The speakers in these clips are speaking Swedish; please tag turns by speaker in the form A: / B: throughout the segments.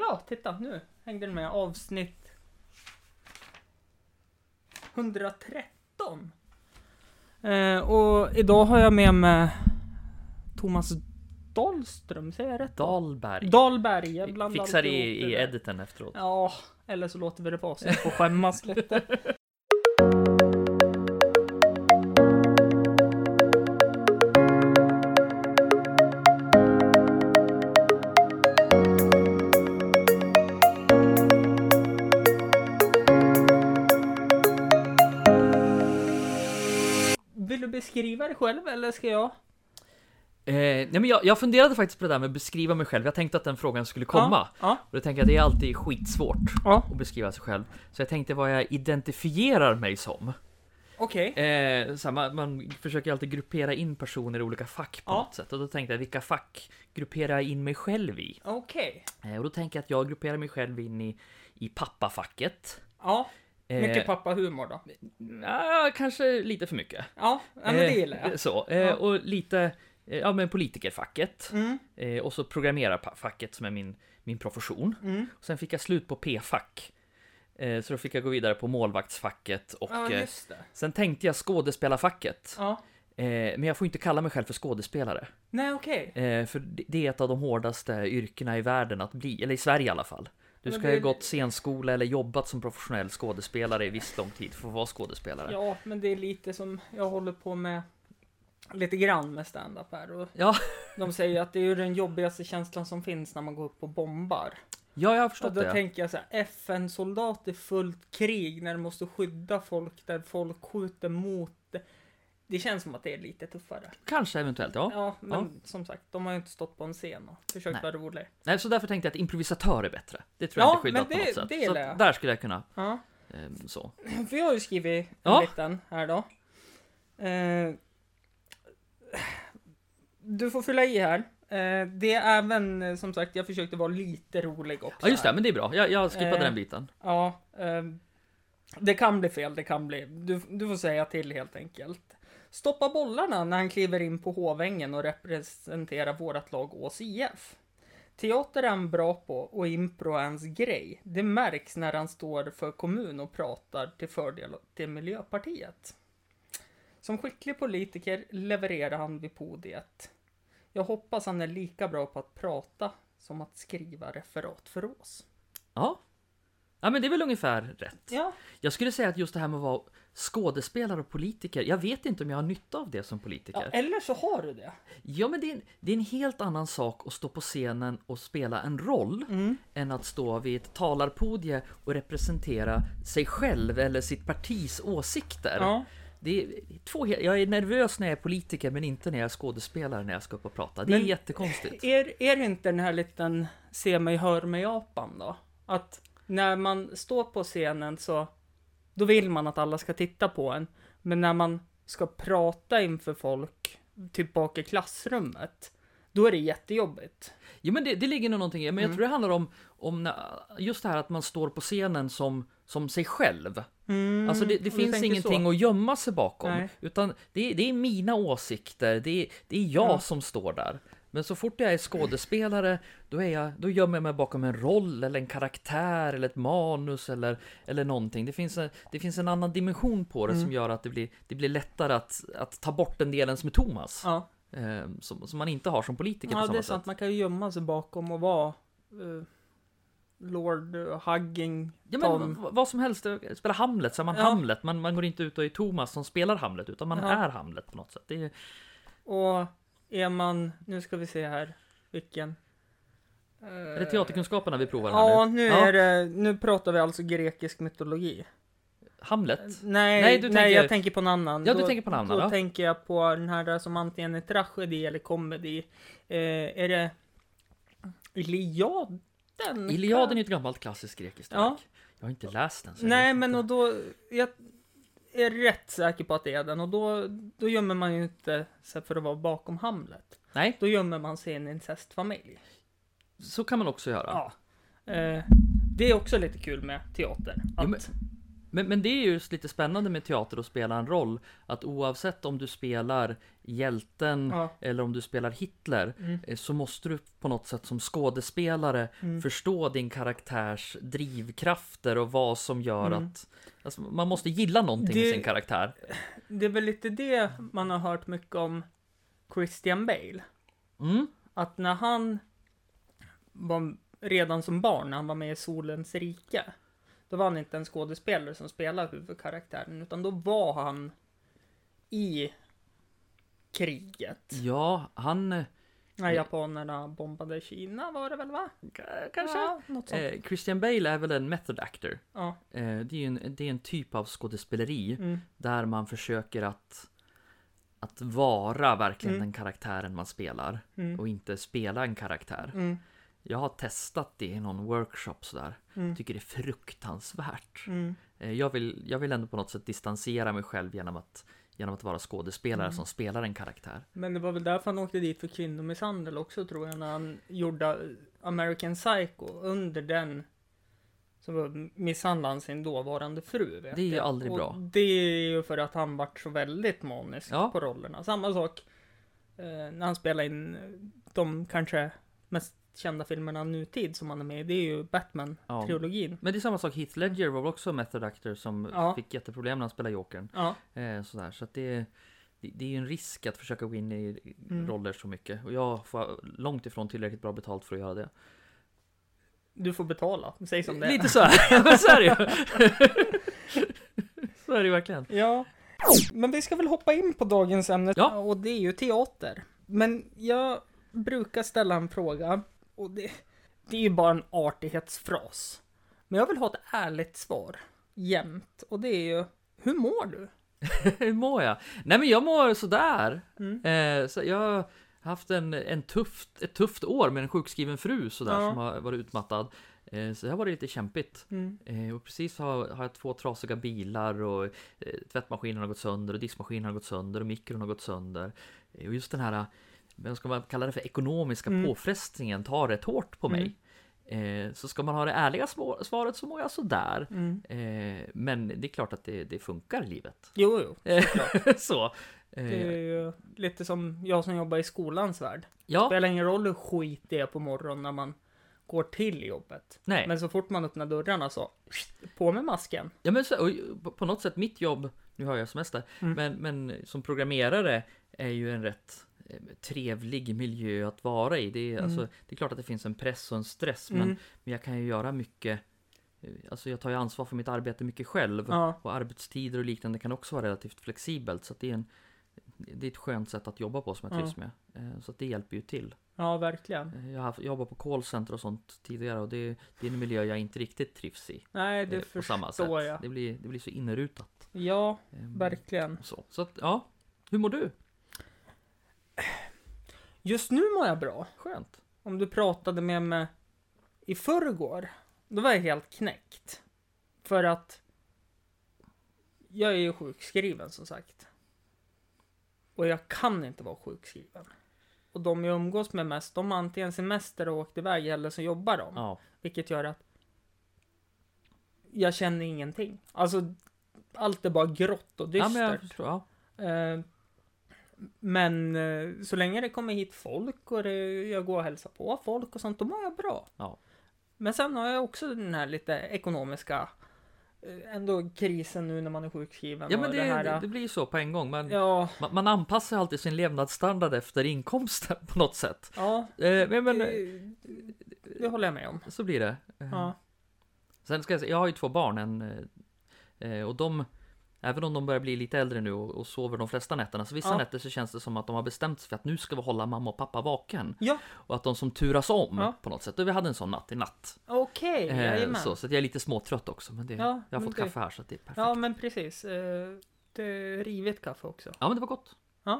A: Ja, titta nu hängde den med. Avsnitt 113. Eh, och idag har jag med mig Thomas Dahlström, säger jag rätt?
B: Dahlberg.
A: Dahlberg. Jag
B: Vi
A: blandar
B: Fixar det
A: alltid
B: i,
A: ihop
B: i
A: det där.
B: editen efteråt.
A: Ja, eller så låter vi det vara så jag får skämmas lite. Vill du beskriva dig själv eller ska jag?
B: Eh, nej men jag, jag funderade faktiskt på det där med att beskriva mig själv. Jag tänkte att den frågan skulle komma.
A: Ja,
B: Och då tänkte jag att det är alltid skitsvårt
A: ja.
B: att beskriva sig själv. Så jag tänkte vad jag identifierar mig som.
A: okej.
B: Eh, så här, man, man försöker alltid gruppera in personer i olika fack på
A: Ja.
B: något sätt. Och då tänkte jag vilka fack grupperar jag in mig själv i?
A: Okej.
B: Eh, och då tänker jag att jag grupperar mig själv in i, i pappafacket.
A: Ja,
B: Eh,
A: mycket pappahumor då.
B: nja, kanske lite för mycket.
A: Ja, ja men det
B: Eh,
A: gillar jag.
B: Så, eh,
A: Ja.
B: och lite eh, ja, men politikerfacket.
A: Mm,
B: Eh, och så programmerarfacket som är min, min profession.
A: mm.
B: Och sen fick jag slut på P-fack. Eh, så då fick jag gå vidare på målvaktsfacket och
A: Ja,
B: eh,
A: just det.
B: sen tänkte jag skådespelarfacket.
A: Ja.
B: Eh, men jag får inte kalla mig själv för skådespelare.
A: Nej, okej.
B: Eh, för det det är ett av de hårdaste yrkena i världen att bli, eller i Sverige i alla fall. Du
A: Men
B: ska
A: det-
B: ha gått scenskola eller jobbat som professionell skådespelare i viss lång tid för att vara skådespelare.
A: Ja, men det är lite som jag håller på med lite grann med stand-up här. Och
B: Ja.
A: De säger att det är ju den jobbigaste känslan som finns när man går upp och bombar.
B: Ja, jag har
A: Och
B: förstått
A: då
B: det.
A: tänker jag så här, FN-soldat i fullt krig när de måste skydda folk där folk skjuter mot det. Det känns som att det är lite tuffare.
B: Kanske eventuellt, ja.
A: Ja, men som sagt, de har ju inte stått på en scen och försökt
B: Nej.
A: vara roliga.
B: Nej, så därför tänkte jag att improvisatör är bättre. Det tror jag
A: Ja,
B: inte skiljer
A: men
B: åt på
A: det-
B: något sätt.
A: det
B: så
A: gillar
B: att
A: jag.
B: där skulle jag kunna...
A: Ja.
B: ehm, så.
A: För jag har ju skrivit en
B: Ja.
A: liten här då. Eh, du får fylla i här. Eh, det är även eh, som sagt, jag försökte vara lite rolig också.
B: Ja, just det,
A: här.
B: men det är bra. Jag, jag skippade
A: Eh,
B: den biten.
A: Ja, eh, det kan bli fel, det kan bli. Du, du får säga till helt enkelt. Stoppa bollarna när han kliver in på Hovängen och representerar vårt lag Ås IF. Teater är han bra på och impro är hans grej. Det märks när han står för kommun och pratar till fördel till Miljöpartiet. Som skicklig politiker levererar han vid podiet. Jag hoppas han är lika bra på att prata som att skriva referat för oss.
B: Ja. Ja, men det är väl ungefär rätt.
A: Ja,
B: Jag skulle säga att just det här med att vara skådespelare och politiker, jag vet inte om jag har nytta av det som
A: Ja,
B: politiker.
A: eller så har du det.
B: Ja, men det är, en, det är en helt annan sak att stå på scenen och spela en roll
A: Mm.
B: än att stå vid ett talarpodie och representera sig själv eller sitt partis åsikter.
A: Ja.
B: Det är två, he- jag är nervös när jag är politiker men inte när jag är skådespelare när jag ska upp och prata. Det är
A: Men-
B: jättekonstigt.
A: Är, är det inte den här liten se mig, hör mig apan då? Att när man står på scenen så då vill man att alla ska titta på en. Men när man ska prata inför folk, typ bak i klassrummet, då är det jättejobbigt.
B: Jo men det, det ligger nog någonting i men
A: Mm.
B: jag tror det handlar om, om när, just det här att man står på scenen som, som sig själv. alltså det, det
A: Mm, du
B: finns
A: tänker
B: ingenting att gömma sig bakom.
A: Nej.
B: Utan det, är- det är mina åsikter, det är, det är jag som står där. Men så fort jag är skådespelare, då, är jag, då gömmer jag mig bakom en roll eller en karaktär eller ett manus eller, eller någonting. Det finns, en, det finns en annan dimension på det
A: Mm.
B: som gör att det blir, det blir lättare att, att ta bort den delen som är Thomas.
A: Ja,
B: Eh, som, som man inte har som politiker på
A: ja
B: samma
A: det är
B: sätt.
A: sant. Man kan ju gömma sig bakom och vara eh, Lord Hugging
B: Ja, men
A: Tom.
B: v- vad som helst, eh, spela Hamlet så är man
A: Ja.
B: Hamlet. Man, man går inte ut och är Thomas som spelar Hamlet utan man
A: Ja.
B: är Hamlet på något sätt. Det är,
A: Och är man, nu ska vi se här, vilken?
B: är det teaterkunskaperna vi provar här
A: Eh, Ja,
B: nu?
A: nu är det, nu pratar vi alltså grekisk mytologi.
B: Hamlet?
A: Nej,
B: Nej,
A: nej,
B: du tänker-
A: jag tänker på en annan.
B: Ja, du tänker på en annan,
A: Då
B: ja.
A: tänker jag på den här som antingen är tragedi eller komedi. Eh, är det Iliaden?
B: Iliaden är ett gammalt klassiskt grekiskt
A: Ja.
B: verk. Jag har inte läst den. så jag
A: Nej,
B: vet
A: men
B: inte.
A: och då, jag är rätt säker på att det är den och då, då gömmer man ju inte sig för att vara bakom Hamlet.
B: Nej,
A: Då gömmer man sig i en incestfamilj.
B: så kan man också göra.
A: Ja. Eh, det är också lite kul med teater. Att
B: Jo, men- Men, men det är ju lite spännande med teater och spela en roll. Att oavsett om du spelar hjälten
A: Ja.
B: eller om du spelar Hitler eh, så måste du på något sätt som skådespelare förstå din karaktärs drivkrafter och vad som gör att... Alltså, man måste gilla någonting i
A: Det-
B: sin karaktär.
A: Det är väl lite det man har hört mycket om Christian Bale.
B: Mm.
A: Att när han var redan som barn, när han var med i Solens rike. Då var han inte en skådespelare som spelade huvudkaraktären, utan då var han i kriget.
B: Ja, han... eh,
A: När japanerna bombade Kina var det väl va?
B: k- Kanske?
A: Ja, något sånt.
B: Eh, Christian Bale är väl en method actor.
A: Ja.
B: Eh, det, är ju en, det är en typ av skådespeleri
A: Mm.
B: där man försöker att, att vara verkligen
A: Mm.
B: den karaktären man spelar
A: Mm.
B: och inte spela en karaktär.
A: Mm.
B: Jag har testat det i någon workshop sådär.
A: Mm.
B: Tycker det är fruktansvärt.
A: Mm.
B: Eh, jag, vill, jag vill ändå på något sätt distansera mig själv genom att, genom att vara skådespelare
A: Mm.
B: som spelar en karaktär.
A: Men det var väl därför han åkte dit för kvinnomisshandel också tror jag när han gjorde American Psycho under den så var- misshandlade han sin dåvarande fru. Vet
B: Det är ju
A: jag.
B: aldrig
A: och
B: bra.
A: Det är ju för att han vart så väldigt manisk
B: Ja.
A: på rollerna. Samma sak eh, när han spelar in eh, de kanske mest kända filmerna nutid som han är med i. Det är ju
B: Ja.
A: Batman-trilogin.
B: Men det är samma sak, Heath Ledger var väl också method actor som
A: Ja.
B: fick jätteproblem när han spelade Jokern.
A: Ja.
B: Eh, sådär. Så att det, det, det är ju en risk att försöka gå in i
A: Mm.
B: roller så mycket. Och jag får långt ifrån tillräckligt bra betalt för att göra det.
A: Du får betala, säg som det är.
B: Lite så här. Men så är det ju. Så är det ju verkligen.
A: Ja. Men vi ska väl hoppa in på dagens ämne.
B: Ja.
A: Och det är ju teater. Men jag brukar ställa en fråga. Och det, det är ju bara en artighetsfras. Men jag vill ha ett ärligt svar. Jämt. Och det är ju, hur mår du?
B: Hur mår jag? Nej men jag mår sådär.
A: Mm.
B: Eh, så jag har haft en, en tufft, ett tufft år med en sjukskriven fru sådär
A: Ja.
B: som har varit utmattad. Eh, så det har varit lite kämpigt. Eh, och precis har, har jag två trasiga bilar och eh, tvättmaskinen har gått sönder och diskmaskinen har gått sönder och mikron har gått sönder. Eh, och just den här, eh, vad ska man kalla det för, ekonomiska
A: Mm.
B: påfrestningen tar rätt hårt på mig. Eh, så ska man ha det ärliga svar- svaret så mår jag sådär.
A: Mm.
B: Eh, men det är klart att det, det funkar i livet.
A: Jo, jo.
B: så.
A: Det är
B: Eh,
A: ju lite som jag som jobbar i skolans värld.
B: ja,
A: Spelar ingen roll hur skit det är på morgonen när man går till jobbet.
B: nej.
A: Men så fort man öppnar dörrarna så, på med masken.
B: Ja men så, och på- på något sätt mitt jobb, nu har jag semester,
A: Mm.
B: men, men som programmerare är ju en rätt eh, trevlig miljö att vara i. Det är, alltså, det är klart att det finns en press och en stress men,
A: Mm.
B: men jag kan ju göra mycket eh, Alltså jag tar ju ansvar för mitt arbete mycket själv
A: Ja.
B: och arbetstider och liknande kan också vara relativt flexibelt så att det är, en, det är ett skönt sätt att jobba på som jag
A: Ja.
B: trivs med. Eh, Så att det hjälper ju till.
A: Ja, verkligen.
B: Eh, Jag har haft- jag jobbar på callcenter och sånt tidigare och det, det är en miljö jag inte riktigt trivs i.
A: Nej, det
B: eh,
A: förstår
B: på samma sätt.
A: jag.
B: Det, blir, det blir så inrutat.
A: Ja,
B: Ehm,
A: verkligen.
B: Så, så att, ja. Hur mår du?
A: Just nu mår jag bra.
B: Skönt.
A: Om du pratade med mig i förrgår, då var jag helt knäckt. För att jag är ju sjukskriven som sagt. Och jag kan inte vara sjukskriven. Och de jag umgås med mest, de har antingen semester och åkt iväg eller så jobbar de.
B: Ja.
A: Vilket gör att jag känner ingenting. Alltså, allt är bara grått och
B: ja
A: dystert.
B: men jag förstår. Ja.
A: Eh, Men eh, så länge det kommer hit folk och det, jag går och hälsar på folk och sånt, då mår jag bra.
B: Ja.
A: Men sen har jag också den här lite ekonomiska eh, ändå krisen nu när man är sjukskriven.
B: ja
A: och
B: men det,
A: det här,
B: det,
A: eh,
B: det blir ju så på en gång. Man,
A: Ja,
B: man, man anpassar alltid sin levnadsstandard efter inkomsten på något sätt.
A: ja
B: Eh, men, men eh,
A: Mm, det, det håller jag med om.
B: så blir det. Eh,
A: Ja,
B: Sen ska jag säga, jag har ju två barn. En, eh, eh, och de, även om de börjar bli lite äldre nu och, och sover de flesta nätterna, så vissa
A: Ja.
B: nätter så känns det som att de har bestämt sig för att nu ska vi hålla mamma och pappa vaken.
A: ja
B: Och att de som turas om
A: Ja.
B: på något sätt. Och vi hade en sån natt i natt.
A: okej,
B: Eh,
A: jajamän.
B: så, så att jag är lite småtrött också. Men det,
A: Ja,
B: jag har
A: men
B: fått
A: det-
B: kaffe här så att det är perfekt.
A: Ja,
B: Ja,
A: men precis. Eh, Det är rivet kaffe också.
B: men det var gott.
A: Eh,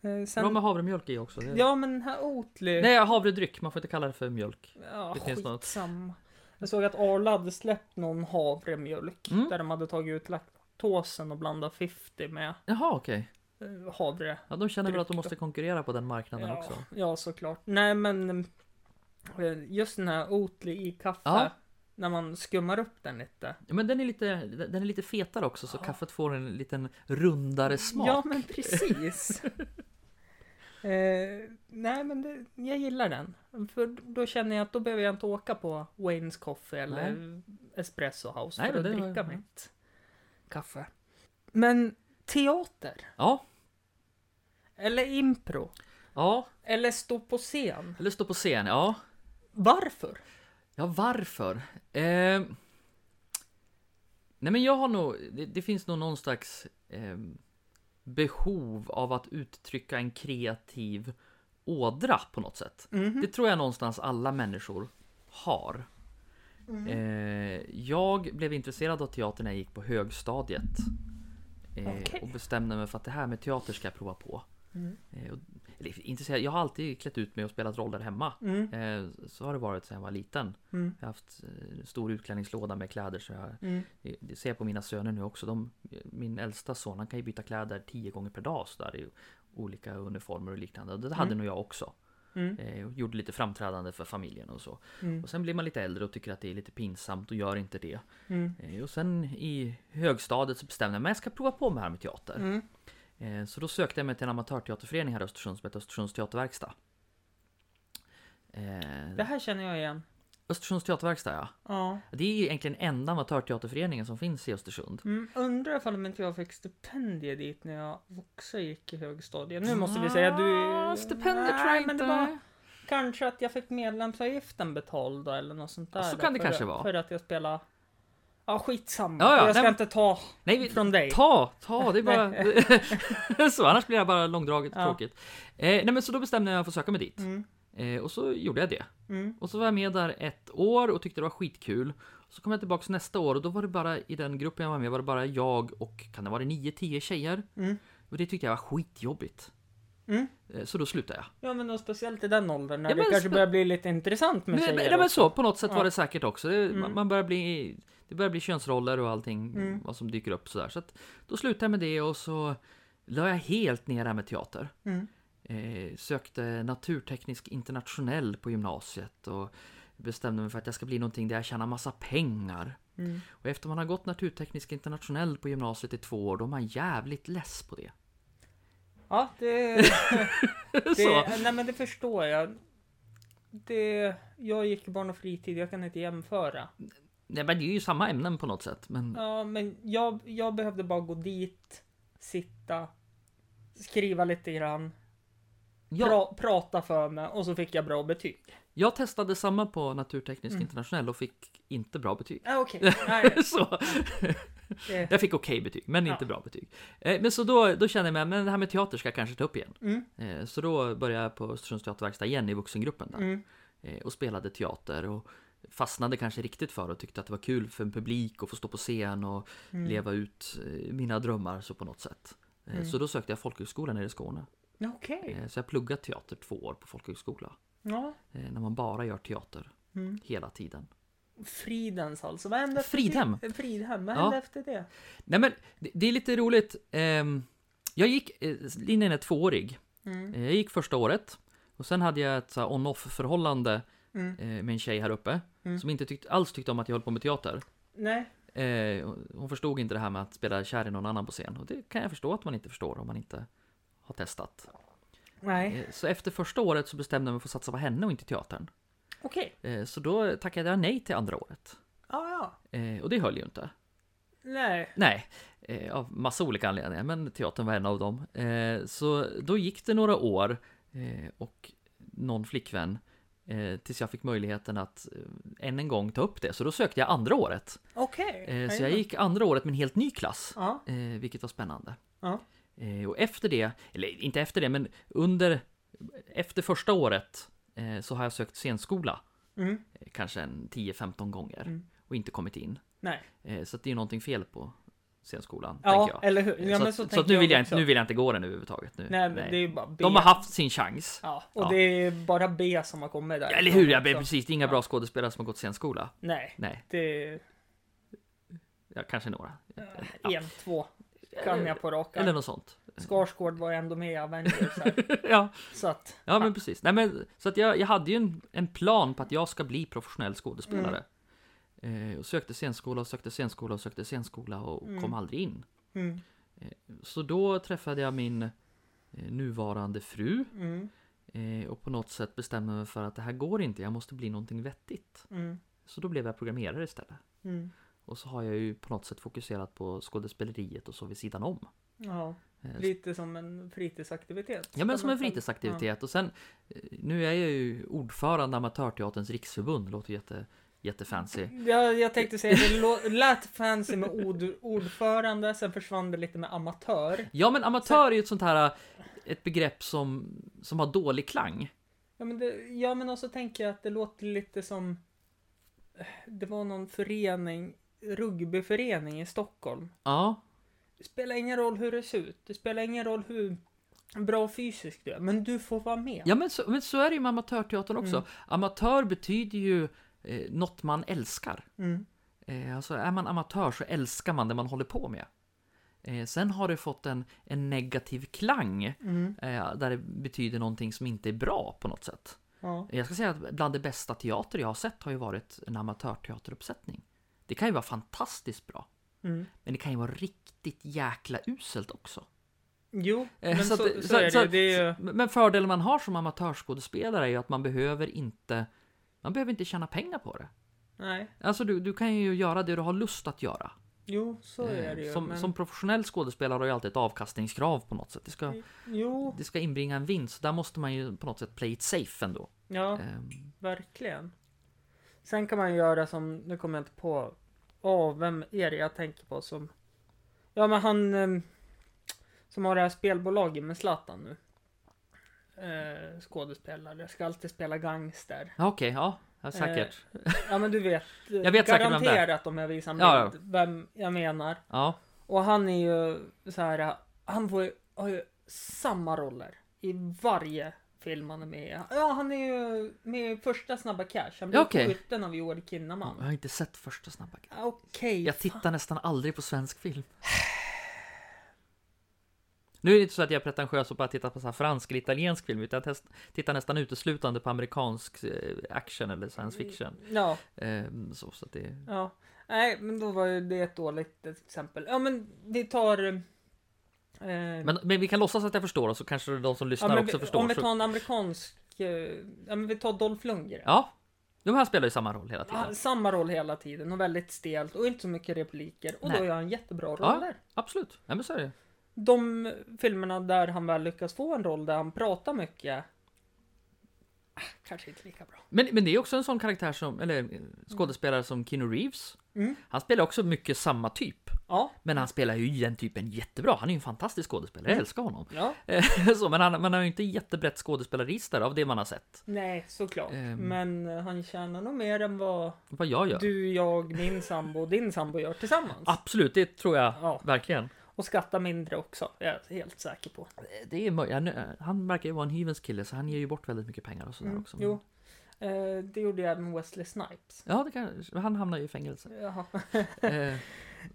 B: Bra
A: Sen,
B: med havremjölk i också. Det...
A: ja, men här Oatly.
B: Nej, havredryck. Man får inte kalla det för mjölk.
A: Ja,
B: Det finns något.
A: skitsamma. Jag såg att Arla hade släppt någon havremjölk
B: Mm.
A: där de hade tagit ut laktosen och blandat 50 med
B: Jaha, okej.
A: eh, havre.
B: Ja, de känner väl att de
A: Dryck
B: måste konkurrera på den marknaden
A: Ja,
B: också.
A: ja, såklart. Nej, men eh, just den här Oatly i kaffe.
B: Ja.
A: När man skummar upp den lite.
B: Ja, Men den är lite, den är lite fetare också så kaffet får en liten rundare smak.
A: Ja, men precis. eh, nej, men det, jag gillar den. För då känner jag att då behöver jag inte åka på Wayne's Coffee eller Espresso House
B: Nej,
A: för
B: men
A: att
B: det var-
A: dricka mitt kaffe. Men teater,
B: Ja,
A: eller impro,
B: ja,
A: eller stå på scen.
B: eller stå på scen, ja.
A: Varför?
B: Ja, varför? Eh, nej, men jag har nog... Det, det finns nog någon slags eh, behov av att uttrycka en kreativ ådra på något sätt.
A: Mhm.
B: Det tror jag någonstans alla människor har.
A: Mm.
B: Eh, jag blev intresserad av teater när jag gick på högstadiet. Eh,
A: Okej. Mm.
B: Och bestämde mig för att det här med teater ska jag prova på. Eh, och, eller, intresserad, jag har alltid klätt ut mig och spelat roller hemma.
A: Mm.
B: Eh, Så har det varit sedan jag var liten.
A: Mm.
B: Jag har haft eh, stor utklädningslåda med kläder. Så jag,
A: Mm.
B: det- det ser jag på mina söner nu också. De, min äldsta son han kan ju byta kläder tio gånger per dag. Så där, i olika uniformer och liknande. Och Det hade nog jag också.
A: Mm.
B: Eh, och gjorde lite framträdande för familjen och så.
A: Mm.
B: Och sen blir man lite äldre och tycker att det är lite pinsamt och gör inte det.
A: Mm.
B: Eh, och sen i högstadiet så bestämde jag mig att jag ska prova på mig här med teater.
A: Mm.
B: Eh, Så då sökte jag mig till en amatörteaterförening här i Östersund som heter Östersunds teaterverkstad. Eh,
A: Det här känner jag igen.
B: Östersunds teaterverkstad ja.
A: Ja.
B: Det är ju egentligen enda amatörteaterföreningen som finns i Östersund.
A: Mm, undrar ifall om inte jag fick stipendier dit när jag också gick i högstadiet. Nu måste vi säga du...
B: Ah, stipendier
A: Nej,
B: tror jag
A: men det
B: inte.
A: var Kanske att jag fick medlemsavgiften betald då, eller något sånt där.
B: Ja, så
A: då,
B: kan det
A: för
B: kanske
A: att,
B: vara.
A: För att jag spelade... Ja, skitsamma.
B: Ja, ja,
A: jag ska
B: nej, men-
A: inte ta
B: Nej, vi,
A: från dig.
B: ta, ta, det är bara... så annars blir det bara långdraget och
A: Ja.
B: tråkigt. Eh, nej men så då bestämde jag mig för att söka mig dit.
A: Mm.
B: Eh, och så gjorde jag det.
A: Mm.
B: Och så var jag med där ett år och tyckte det var skitkul. Så kom jag tillbaks nästa år och då var det bara i den gruppen jag var med var det bara jag och kan det vara 9-10 tjejer.
A: Mm.
B: Och det tyckte jag var skitjobbigt.
A: Mm.
B: Eh, Så då slutade jag.
A: Ja, men då, speciellt i den åldern när
B: Ja, men
A: det kanske
B: spe-
A: börjar bli lite intressant med
B: Nej,
A: tjejer.
B: men, nej, men
A: också.
B: så, på något
A: Ja.
B: sätt
A: Mm.
B: var det säkert också. Det, man, man börjar bli, det börjar bli könsroller och allting vad som dyker upp sådär. Så att, då slutade jag med det och så la jag helt ner det här med teater.
A: Mm.
B: Eh, sökte naturteknisk internationell på gymnasiet och bestämde mig för att jag ska bli någonting där jag tjänar massa pengar.
A: Mm.
B: Och efter man har gått naturteknisk internationell på gymnasiet i två år, då är man jävligt less på det.
A: Ja, det...
B: så.
A: det nej, men det förstår jag. Det, jag gick i barn och fritid, jag kan inte jämföra.
B: Nej, men det är ju samma ämnen på något sätt. Men
A: Ja, men jag, jag behövde bara gå dit, sitta, skriva lite grann,
B: jag,
A: pra, prata för mig och så fick jag bra betyg.
B: jag testade samma på naturteknisk
A: Mm.
B: internationell och fick inte bra betyg.
A: Ah, Okej, nej.
B: så.
A: Det-
B: Jag fick okej betyg, men inte
A: Ja.
B: bra betyg. Eh, Men så då, då kände jag mig, men det här med teater ska jag kanske ta upp igen.
A: Mm.
B: Eh, Så då började jag på Östersunds teaterverkstad igen i vuxengruppen där.
A: Mm.
B: Eh, Och spelade teater och fastnade kanske riktigt för och tyckte att det var kul för en publik att få stå på scen och
A: Mm.
B: leva ut eh, mina drömmar så på något sätt. Eh, Så då sökte jag folkhögskolan nere i Skåne.
A: Okej.
B: Eh, Så jag pluggade teater två år på folkhögskola.
A: Ja.
B: eh, När man bara gör teater.
A: Mm.
B: Hela tiden.
A: Fridens alltså. Vad hände efter
B: Fridhem.
A: det? Fridhem. Vad
B: Ja.
A: hände efter det?
B: Nej men det, det är lite roligt. Ehm, Jag gick, eh, linjen är tvåårig.
A: Mm.
B: Eh, Jag gick första året och sen hade jag ett så här on-off förhållande
A: Mm.
B: eh, med en tjej här uppe
A: Mm.
B: som inte tyckte, alls tyckte om att jag höll på med teater.
A: Nej.
B: Eh, hon- Hon förstod inte det här med att spela kär i någon annan på scen och det kan jag förstå att man inte förstår om man inte har testat.
A: Nej.
B: Eh, Så efter första året så bestämde jag mig för att satsa på henne och inte teatern.
A: Okej.
B: Eh, Så då tackade jag nej till andra året.
A: Ja, ja.
B: Eh, Och det höll ju inte.
A: Nej.
B: Nej, eh, av massa olika anledningar, men teatern var en av dem. Eh, så då gick det några år eh, och någon flickvän eh, tills jag fick möjligheten att eh, än en gång ta upp det. Så då sökte jag andra året.
A: Okej.
B: Eh, så jag gick andra året med en helt ny klass,
A: Ja.
B: eh, vilket var spännande.
A: Ja.
B: Eh, och efter det, eller inte efter det, men under, efter första året eh, så har jag sökt scenskola
A: Mm.
B: eh, kanske en 10-15 gånger
A: Mm.
B: och inte kommit in.
A: Nej.
B: Eh, så att det är någonting fel på scenskolan, tänker
A: Ja,
B: jag.
A: eller hur? Ja,
B: så
A: men
B: att,
A: så,
B: så,
A: tänker
B: att nu, vill jag
A: också.
B: inte, nu vill jag inte gå den överhuvudtaget. Nu.
A: Nej, men det är ju bara B.
B: De har haft sin chans.
A: Ja, och
B: Ja.
A: det är bara B som har kommit där.
B: Ja, eller hur? Jag,
A: Också.
B: precis, det är inga bra skådespelare som har gått scenskola.
A: Nej,
B: Nej,
A: det...
B: ja, kanske några.
A: Ja. En, två kan jag på rak
B: Eh, Eller
A: arm.
B: något sånt.
A: Skarsgård var ändå med i Avengers här.
B: ja,
A: Så att,
B: ja, men precis. Nej, men, så att jag, jag hade ju en, en plan på att jag ska bli professionell skådespelare.
A: Mm.
B: Eh, och sökte scenskola och sökte scenskola och sökte scenskola och kom aldrig in.
A: Mm.
B: Så då träffade jag min eh, nuvarande fru
A: Mm.
B: eh, och på något sätt bestämde mig för att det här går inte, jag måste bli någonting vettigt.
A: Mm.
B: Så då blev jag programmerare istället.
A: Mm.
B: Och så har jag ju på något sätt fokuserat på skådespeleriet och så vid sidan om.
A: Ja,
B: Eh,
A: lite som en fritidsaktivitet.
B: Ja men som en
A: Kan man-
B: fritidsaktivitet och sen eh, Nu är jag ju ordförande i Amatörteaterns riksförbund, låter jätte, jättefancy
A: Ja, jag tänkte säga det lå- lät fancy med ord, ordförande, sen försvann det lite med amatör.
B: Ja men amatör är ju ett sånt här eh, Ett begrepp som, som har dålig klang
A: Ja men, det, ja, men också tänker jag att det låter lite som eh, Det var någon förening, rugbyförening i Stockholm.
B: Ja
A: Det spelar ingen roll hur det ser ut, det spelar ingen roll hur bra fysiskt du är, men du får vara med.
B: Ja men så, men så är det ju med amatörteatern också
A: Mm.
B: Amatör betyder ju eh, Något man älskar
A: Mm.
B: eh, Alltså är man amatör så älskar man det man håller på med eh, Sen har det fått en, en negativ klang
A: Mm.
B: eh, Där det betyder någonting som inte är bra på något sätt
A: Ja.
B: Jag ska säga att bland det bästa teater jag har sett har ju varit en amatörteateruppsättning. Det kan ju vara fantastiskt bra,
A: Mm.
B: men det kan ju vara riktigt jäkla uselt också.
A: Jo,
B: Eh,
A: men så,
B: att
A: så,
B: det-
A: är det ju. Det är ju...
B: så- Men fördelen man har som amatörskådespelare är ju att man behöver inte man behöver inte tjäna pengar på det.
A: Nej.
B: Alltså du, du kan ju göra det du har lust att göra.
A: Jo, så är det
B: Eh,
A: ju.
B: som,
A: men...
B: som professionell skådespelare har ju alltid ett avkastningskrav på något sätt. Det
A: Mm.
B: ska,
A: Jo,
B: det ska inbringa en vinst, så där måste man ju på något sätt play it safe ändå.
A: ja.
B: Ehm,
A: Verkligen. Sen kan man göra som, nu kommer jag inte på, åh vem är det jag tänker på som, ja men han ehm, som har det här spelbolaget med Zlatan nu. Eh, skådespelare, ska alltid spela gangster.
B: Ja, Okej, ja,
A: Eh.
B: ja, säkert.
A: Ja men du vet. eh,
B: Jag vet säkert vem det är.
A: Garanterat om jag visar en bild,
B: Ja,
A: vem jag menar.
B: Ja,
A: Och han är ju så här, han får, ju- har ju samma roller i varje film han är med i. Ja, han är ju med i första Snabba Cash. Han blir
B: Ja, okej.
A: skjuten av Joel
B: jag
A: Kinnaman.
B: har inte sett första Snabba Cash.
A: Ja, Okej.
B: Jag tittar nästan aldrig på svensk film. Nu är det inte så att jag är pretentiös och bara tittar på så här fransk eller italiensk film, utan jag test- tittar nästan uteslutande på amerikansk eh, action eller science fiction.
A: Ja,
B: Ehm, så, så att det...
A: ja. Nej, men då var ju det ett dåligt exempel. Ja, men vi tar... Eh,
B: men, men vi kan låtsas att jag förstår och så kanske de som lyssnar också
A: vi,
B: förstår.
A: om vi
B: så-
A: tar en amerikansk... Eh, ja, men vi tar Dolph Lundgren.
B: Ja, de här spelar ju samma roll hela tiden.
A: Ah, Samma roll hela tiden och väldigt stelt och inte så mycket repliker. Och då
B: Nej.
A: gör han jättebra
B: Ja.
A: roller.
B: Absolut, ja, men så är det.
A: de filmerna där han väl lyckas få en roll där han pratar mycket. ah, Kanske inte lika bra.
B: Men, men det är också en sån karaktär som, eller eh, skådespelare som Keanu Reeves.
A: Mm.
B: Han spelar också mycket samma typ.
A: Ja,
B: Men han spelar ju den typen jättebra. Han är ju en fantastisk skådespelare.
A: Mm.
B: Jag älskar honom.
A: ja.
B: Eh, så, men han, man har ju inte jättebrett skådespelarregister av det man har sett.
A: Nej, såklart.
B: Ehm.
A: Men eh, han tjänar nog mer än vad
B: Vad jag gör.
A: du, jag, min sambo och din sambo gör tillsammans.
B: Absolut, det tror jag
A: Ja.
B: verkligen.
A: Och skattar mindre också, är jag helt säker på.
B: Eh, Det är möj- han, eh, han verkar ju vara en hyvens kille så han ger ju bort väldigt mycket pengar och sådär
A: Mm,
B: också.
A: jo. Eh, det gjorde jag även Wesley Snipes.
B: Ja, det kan, han hamnar ju i fängelse.
A: Jaha.
B: Eh,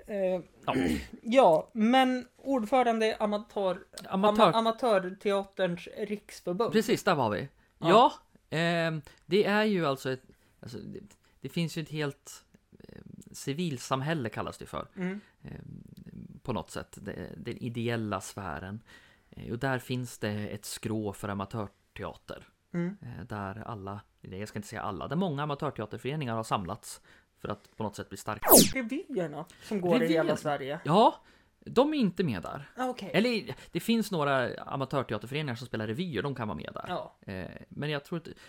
A: Eh,
B: ja.
A: ja, men ordförande i amatör,
B: Amatör,
A: ama- amatörteaterns riksförbund.
B: Precis, där var vi.
A: Ja.
B: Ja, ehm, det är ju alltså ett... Alltså, det, det finns ju ett helt eh, civilsamhälle kallas det för.
A: Mm.
B: ehm, på något sätt, det, den ideella sfären. Eh, och där finns det ett skrå för amatörteater.
A: Mm.
B: Eh, där alla, nej jag ska inte säga alla, där många amatörteaterföreningar har samlats för att på något sätt bli starka.
A: Revyerna som går i
B: Revyerna?
A: hela Sverige.
B: Ja, de är inte med där.
A: Ah, Okej.
B: Eller det finns några amatörteaterföreningar som spelar revyer, de kan vara med där.
A: Ja.
B: Eh, Men jag tror inte...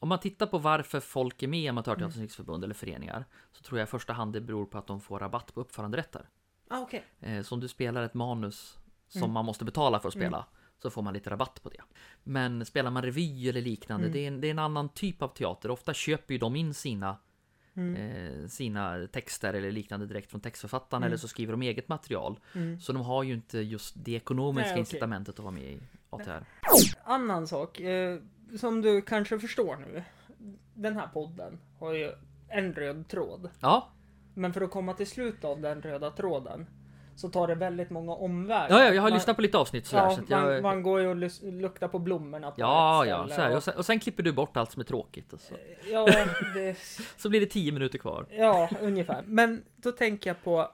B: Om man tittar på varför folk är med i
A: Mm.
B: Amatörteaterns riksförbund eller föreningar så tror jag i första hand det beror på att de får rabatt på uppföranderätter.
A: Ah, okej.
B: Eh, Så om du spelar ett manus som
A: Mm.
B: man måste betala för att spela så får man lite rabatt på det. Men spelar man revy eller liknande,
A: Mm.
B: det, är en, det är en annan typ av teater. Ofta köper ju de in sina,
A: Mm.
B: eh, sina texter eller liknande direkt från textförfattaren
A: Mm.
B: eller så skriver de eget material.
A: Mm.
B: Så de har ju inte just det ekonomiska
A: Nej, okej.
B: incitamentet att vara med i ATR.
A: Annan sak, eh, som du kanske förstår nu. Den här podden har ju en röd tråd.
B: Ja,
A: Men för att komma till slut av den röda tråden så tar det väldigt många omvägar.
B: Ja, ja, jag har
A: Man-
B: lyssnat på lite avsnitt sådär.
A: Ja,
B: så att jag,
A: man, man går ju och lus- luktar på blommorna på
B: ja,
A: ett
B: ja,
A: ställe
B: så här.
A: och-
B: Och, sen, och sen klipper du bort allt som är tråkigt. Och så.
A: Ja, det,
B: så blir det tio minuter kvar.
A: ja, ungefär. Men då tänker jag på,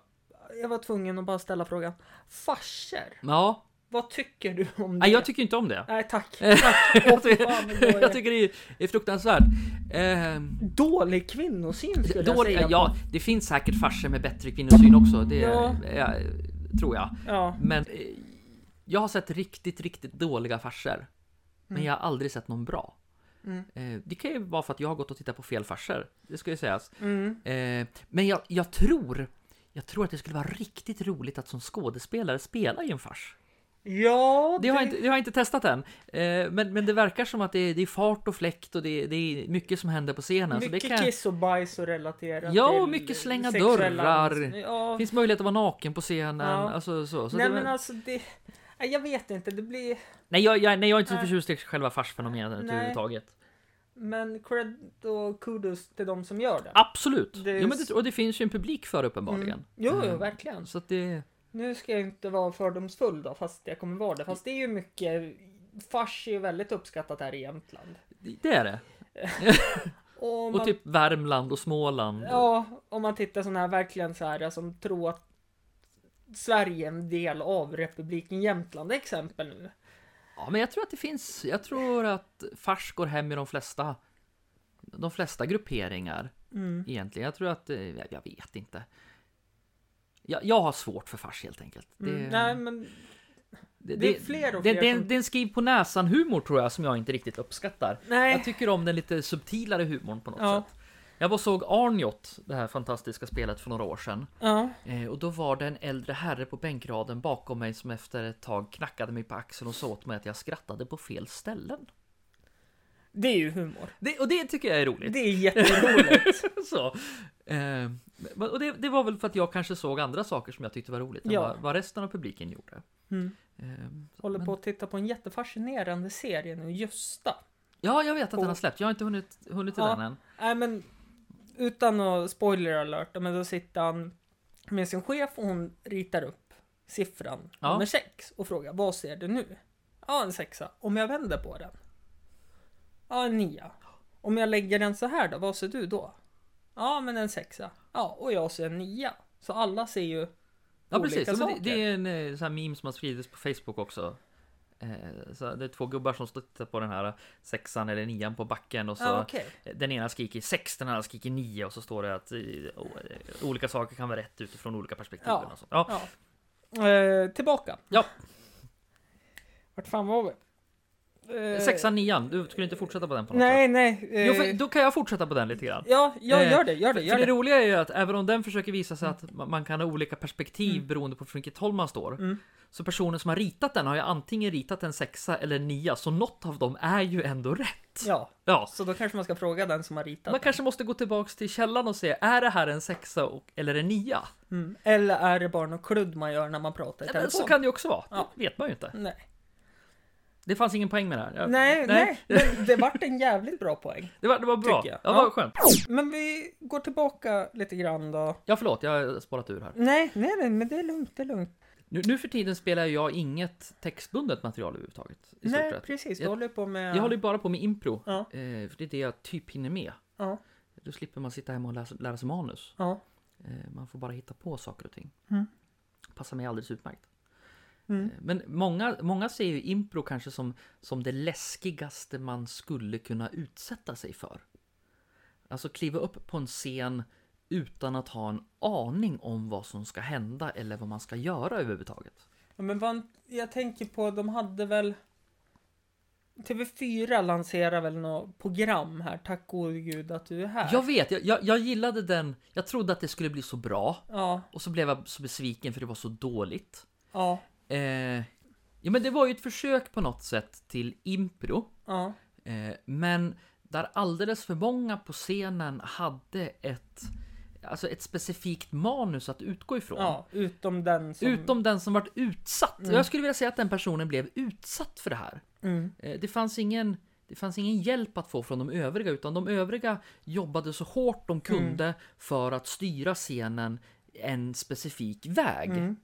A: jag var tvungen att bara ställa frågan. Farser,
B: Ja,
A: vad tycker du om det?
B: nej, jag tycker inte om det.
A: Nej, tack. tack. Åh,
B: Jag
A: fy fan, vad
B: tycker,
A: dålig-
B: jag tycker det är- är fruktansvärt. Ehm,
A: Dålig kvinnosyn skulle jag
B: Dåliga,
A: säga.
B: ja, det finns säkert farser med bättre kvinnosyn också, det
A: Ja.
B: eh, tror jag.
A: ja.
B: Men eh, jag har sett riktigt, riktigt dåliga farser. Men jag har aldrig sett någon bra.
A: Mm.
B: Eh, det kan ju vara för att jag har gått och tittat på fel farser, det ska ju sägas.
A: Mm.
B: Eh, men jag, jag tror, jag tror att det skulle vara riktigt roligt att som skådespelare spela i en fars.
A: Ja,
B: Det har jag inte, det har jag inte testat än. Eh, men, men det verkar som att det är, det är fart och fläkt och det är, det är mycket som händer på scenen. så det
A: mycket
B: kan...
A: kiss och bajs och relaterat
B: Ja,
A: till
B: och mycket slänga
A: sexuella-
B: dörrar.
A: Ja.
B: finns möjlighet att vara naken på scenen.
A: Ja.
B: Alltså, så. Så
A: Nej
B: det,
A: men
B: men,
A: alltså det... Nej, Jag vet inte, det blir...
B: nej, jag, jag, nej, jag är inte så
A: Nej.
B: förtjust i själva farsfenomenet
A: Nej.
B: överhuvudtaget.
A: Men cred och kudos till de som gör
B: Ah.
A: det.
B: Absolut!
A: Det är
B: ja, men
A: s-
B: det, och det finns ju en publik för det uppenbarligen.
A: Jo, jo,
B: Mm.
A: verkligen.
B: Så att det...
A: Nu ska jag inte vara fördomsfull då, fast jag kommer vara det. Fast det är ju mycket... Fars är ju väldigt uppskattat här i Jämtland.
B: det är det.
A: Och, man,
B: Och typ Värmland och Småland.
A: Ja, om man tittar sådana här verkligen så här som tror att Sverige är en del av republiken Jämtland exempel nu.
B: Ja, men jag tror att det finns. Jag tror att fars går hem i de flesta. De flesta grupperingar
A: Mm.
B: egentligen. Jag tror att, eh, jag, jag vet inte. Jag, jag har svårt för fars helt enkelt. Det-
A: Mm. Nej men
B: Det,
A: Det är fler och
B: det,
A: fler
B: det,
A: som-
B: det är en skriv på näsan humor tror jag som jag inte riktigt uppskattar.
A: Nej.
B: Jag tycker om den lite subtilare humorn på något
A: Ja.
B: sätt. Jag var och såg Arnjot, det här fantastiska spelet för några år sedan.
A: ja.
B: Eh, och då var det en äldre herre på bänkraden bakom mig som efter ett tag knackade mig på axeln och sa åt mig att jag skrattade på fel ställen.
A: Det är ju humor.
B: Det, och det tycker jag är roligt.
A: Det är jätteroligt.
B: Så. Eh, men- och det, det var väl för att jag kanske såg andra saker som jag tyckte var roligt än
A: Ja.
B: vad, vad resten av publiken gjorde.
A: Mm.
B: Eh, så-
A: Håller
B: men-
A: på att titta på en jättefascinerande serie nu, Gösta.
B: Ja, jag vet att
A: på-
B: den har släppt. Jag har inte hunnit, hunnit till
A: Ja.
B: den än.
A: Nej men utan att spoiler alert, men då sitter han med sin chef och hon ritar upp siffran
B: Ja.
A: nummer sex och frågar vad ser du nu? Ja en sexa, om jag vänder på den? Ja en nia. Om jag lägger den så här då, vad ser du då? Ja men en sexa. Ja och jag ser en nia. Så alla ser ju
B: Ja
A: olika
B: precis, Ja, men
A: saker.
B: det, det är en eh, sån här meme som har spridits på Facebook också. Eh, Så det är två gubbar som står och tittar på den här sexan eller nian på backen och så
A: Ja, okej.
B: Den ena skriker sex, den andra skriker nio och så står det att eh, o- eh, olika saker kan vara rätt utifrån olika perspektiv.
A: Ja.
B: eller något sånt. Ja.
A: Ja. Eh, tillbaka.
B: Ja.
A: Vart fan var vi? Eh,
B: Sexan, nian, du skulle inte fortsätta på den på något sätt?
A: Nej, nej. eh,
B: Jo, för, då kan jag fortsätta på den lite grann.
A: Ja, ja
B: Eh,
A: gör det, gör det,
B: För
A: gör
B: det
A: det. Mm.
B: roliga är ju att även om den försöker visa sig att ma- man kan ha olika perspektiv beroende på från vilket håll man står.
A: Mm.
B: Så personen som har ritat den har ju antingen ritat en sexa eller en nia, så något av dem är ju ändå rätt.
A: Ja,
B: Ja.
A: så då kanske man ska fråga den som har ritat
B: Man
A: den.
B: kanske måste gå tillbaks till källan och se, är det här en sexa och, eller en nia?
A: Mm. Eller är det bara något kludd man gör när man pratar i
B: Nej, men
A: telefon?
B: så kan det ju också vara,
A: Ja.
B: det vet man ju inte.
A: Nej,
B: Det fanns ingen poäng med det här. Jag-
A: nej, nej. Men det vart en jävligt bra poäng.
B: Det, var, det var bra.
A: Tycker jag.
B: Ja,
A: Ja.
B: vad skönt.
A: Men vi går tillbaka lite grann då.
B: Ja, förlåt, jag har spårat ur här.
A: Nej, nej, nej, men det är lugnt, det är lugnt.
B: Nu, nu för tiden spelar jag inget textbundet material överhuvudtaget. I
A: nej,
B: stort sett.
A: precis. Du
B: Jag-
A: håller på med...
B: Jag håller ju bara på med impro,
A: Ja.
B: eh, för det är det jag typ hinner med.
A: Ja,
B: Då slipper man sitta hemma och läsa, lära sig manus.
A: ja.
B: Eh, man får bara hitta på saker och ting.
A: Mm.
B: Passar mig alldeles utmärkt.
A: Mm.
B: Eh, Men många, många ser ju impro kanske som, som det läskigaste man skulle kunna utsätta sig för. Alltså kliva upp på en scen utan att ha en aning om vad som ska hända eller vad man ska göra överhuvudtaget.
A: Ja, men vad, jag tänker på, de hade väl... TV4 lanserar väl något program här, Tack gode gud att du är här.
B: Jag vet, jag, jag, jag gillade den. Jag trodde att det skulle bli så bra
A: Ja,
B: och så blev jag så besviken för det var så dåligt.
A: ja,
B: Eh, ja men det var ju ett försök på något sätt till impro.
A: ja.
B: Eh, men där alldeles för många på scenen hade ett, alltså ett specifikt manus att utgå ifrån.
A: Ja, utom den som...
B: Utom den som varit utsatt. Jag skulle vilja säga att den personen blev utsatt för det här.
A: Mm.
B: Eh, Det fanns ingen det fanns ingen hjälp att få från de övriga utan de övriga jobbade så hårt
A: Mm. Mm.
B: de kunde för att styra scenen en specifik väg.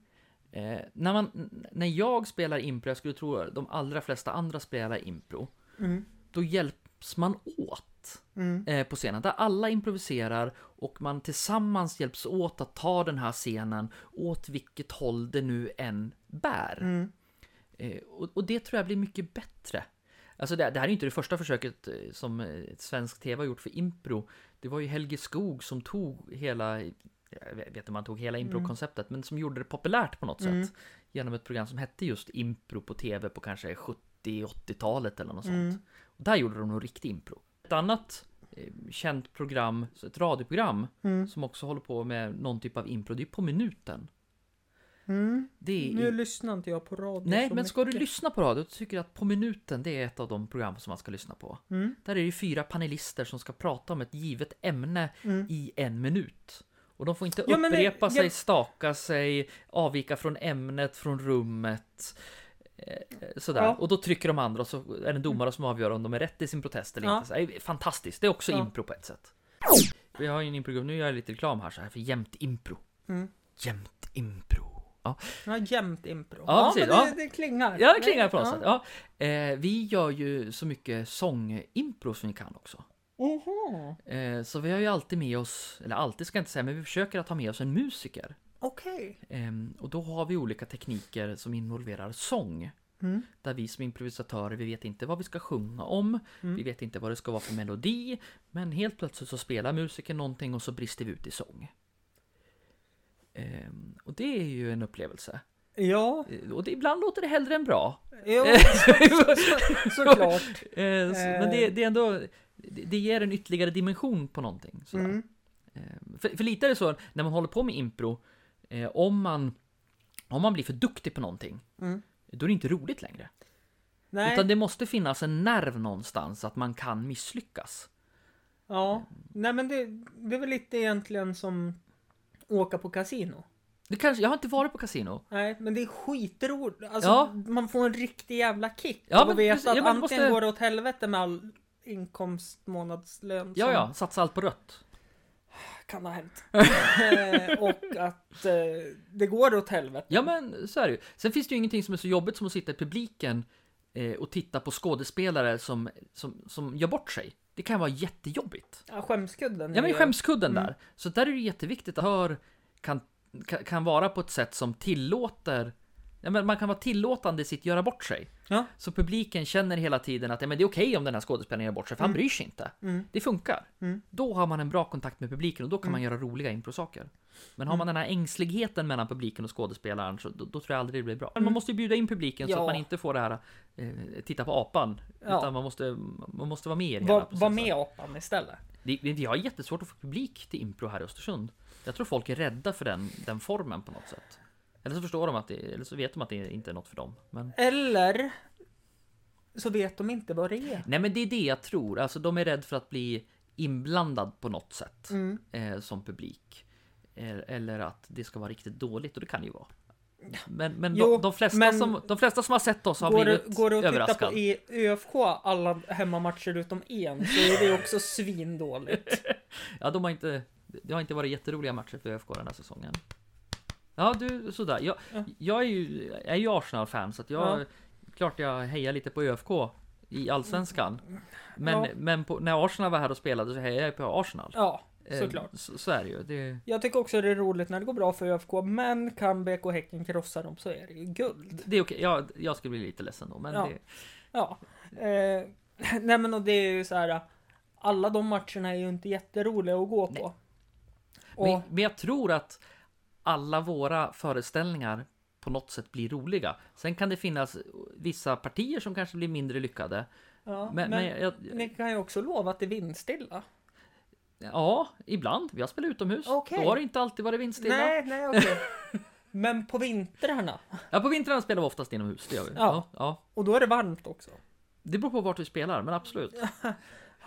B: Eh, när, man, när jag spelar impro, jag skulle tro att de allra flesta andra spelar impro,
A: Mm.
B: då hjälps man åt
A: Mm.
B: eh, på scenen. Där alla improviserar och man tillsammans hjälps åt att ta den här scenen åt vilket håll det nu än bär.
A: Mm.
B: Eh, och, och det tror jag blir mycket bättre. Alltså det, det här är ju inte det första försöket eh, som eh, svensk TV har gjort för impro. Det var ju Helge Skog som tog hela, jag vet inte om han tog
A: Mm.
B: hela improkonceptet, men som gjorde det populärt på något sätt. Genom ett program som hette just impro på TV på kanske 70-80-talet eller något
A: Mm.
B: sånt. Och där gjorde de nog riktig impro. Ett annat eh, känt program, så ett radioprogram,
A: Mm.
B: som också håller på med någon typ av impro, det är På minuten.
A: Mm.
B: Det är
A: Nu lyssnar inte jag på radio
B: Nej,
A: så
B: men ska du
A: mycket.
B: lyssna på radio, då tycker jag att På minuten, det är ett av de program som man ska lyssna på.
A: Mm.
B: Där är det ju fyra panelister som ska prata om ett givet ämne
A: Mm.
B: i en minut. Och de får inte
A: Ja, men det-
B: upprepa
A: jag-
B: sig, staka sig, avvika från ämnet, från rummet. eh, Sådär.
A: Ja. Mm.
B: Och då trycker de andra och så är det en domare som avgör om de är rätt i sin protest eller
A: Ja.
B: inte. Så, det är fantastiskt, det är också
A: Ja.
B: impro på ett sätt. Vi har ju en improgrupp, nu gör jag lite reklam här så här för jämt impro.
A: Mm.
B: Jämt impro. Ja.
A: Ja, jämt impro.
B: Ja,
A: Ja,
B: precis,
A: men det,
B: ja.
A: det klingar.
B: Ja, det klingar på något
A: Ja.
B: sätt. Ja. Eh, vi gör ju så mycket sångimpro som vi kan också.
A: Oho,
B: Eh, så vi har ju alltid med oss, eller alltid ska jag inte säga, men vi försöker att ha med oss en musiker.
A: okej.
B: Eh, och då har vi olika tekniker som involverar sång.
A: Mm.
B: Där vi som improvisatörer, vi vet inte vad vi ska sjunga om, vi vet inte vad det ska vara för melodi, men helt plötsligt så spelar musiken någonting och så brister vi ut i sång. Eh, och det är ju en upplevelse.
A: Ja,
B: Eh, Och det, ibland låter det hellre än bra.
A: jo, såklart.
B: Eh, så- Men det, det är ändå, det det ger en ytterligare dimension på någonting. Sådär.
A: Mm.
B: Eh, För, för lite är det så, när man håller på med impro, eh, om man, om man blir för duktig på någonting,
A: Mm.
B: då är det inte roligt längre.
A: Nej,
B: Utan det måste finnas en nerv någonstans att man kan misslyckas.
A: ja. Nej, men det, det är väl lite egentligen som åka på kasino.
B: Det kanske, jag har inte varit på kasino.
A: Nej, men det är skitroligt. Alltså,
B: Ja.
A: man får en riktig jävla kick.
B: Ja,
A: och
B: men
A: vet
B: precis.
A: att
B: Ja, men
A: antingen
B: du måste-
A: går det åt helvete med all inkomst, månadslön
B: Ja,
A: som
B: ja, satsa allt på rött.
A: kan ha hänt. eh, och att eh, det går åt helvete.
B: Ja, men så är det ju. Sen finns det ju ingenting som är så jobbigt som att sitta i publiken eh, och titta på skådespelare som, som, som gör bort sig. Det kan vara jättejobbigt.
A: Ja, skämskudden.
B: Ja men
A: är- Mm.
B: skämskudden där. Så där är det jätteviktigt att hör kan, kan, kan vara på ett sätt som tillåter Ja, men man kan vara tillåtande i sitt göra bort sig.
A: Ja.
B: Så publiken känner hela tiden att ja, men det är okej om den här skådespelaren gör bort sig, för
A: Mm.
B: han bryr sig inte. Det funkar. Då har man en bra kontakt med publiken och då kan man
A: Mm.
B: göra roliga improsaker. Men har man den här ängsligheten mellan publiken och skådespelaren, så då, då tror jag aldrig det blir bra. Men man måste ju bjuda in publiken så
A: Mm. Ja.
B: att man inte får det här eh, titta på apan.
A: Ja.
B: Utan man måste, man måste vara med i det hela
A: Var, var
B: processen.
A: med apan istället.
B: Det, vi vi har jättesvårt att få publik till impro här i Östersund. Jag tror folk är rädda för den, den formen på något sätt. Eller så förstår de att det, eller så vet de att det inte är något för dem. Men...
A: Eller så vet de inte vad det är.
B: Nej men det är det jag tror, alltså de är rädda för att bli inblandad på något sätt
A: Mm.
B: eh, som publik. Eh, eller att det ska vara riktigt dåligt och det kan det ju vara. Men, men,
A: Jo,
B: de, de, flesta
A: men-
B: som, de flesta som har sett oss har
A: Går det,
B: blivit
A: går det att titta på
B: överraskade.
A: i ÖFK alla hemmamatcher utom en så är det också svindåligt.
B: Ja, de har inte, det har inte varit jätteroliga matcher för ÖFK den här säsongen. Ja, du, sådär. Jag, jag är ju, jag är ju Arsenal-fan, så att jag...
A: Ja.
B: Klart jag hejar lite på ÖFK i Allsvenskan. Men,
A: Ja.
B: men på, när Arsenal var här och spelade så hejade jag på Arsenal.
A: Ja,
B: Eh,
A: såklart.
B: Så, så är det ju. Det,
A: Jag tycker också det är roligt när det går bra för ÖFK, men kan BK Häcken krossa dem så är det ju guld.
B: det är okej. Jag, jag skulle bli lite ledsen då, men
A: Ja.
B: det...
A: Ja. Eh, nej men och det är ju så här. Alla de matcherna är ju inte jätteroliga att gå på.
B: Men,
A: Och,
B: men jag tror att alla våra föreställningar på något sätt blir roliga. Sen kan det finnas vissa partier som kanske blir mindre lyckade.
A: ja, men,
B: Men, men, jag,
A: ni kan ju också lova att det är vindstilla.
B: Ja, ibland. Vi har spelat utomhus.
A: Okej.
B: Då har det inte alltid varit vindstilla.
A: Nej, nej okej. men på vintrarna.
B: Ja, på vintrarna spelar vi oftast inomhus. Det, gör vi.
A: Ja.
B: Ja, ja.
A: Och då är det varmt också.
B: det beror på vart vi spelar, men absolut.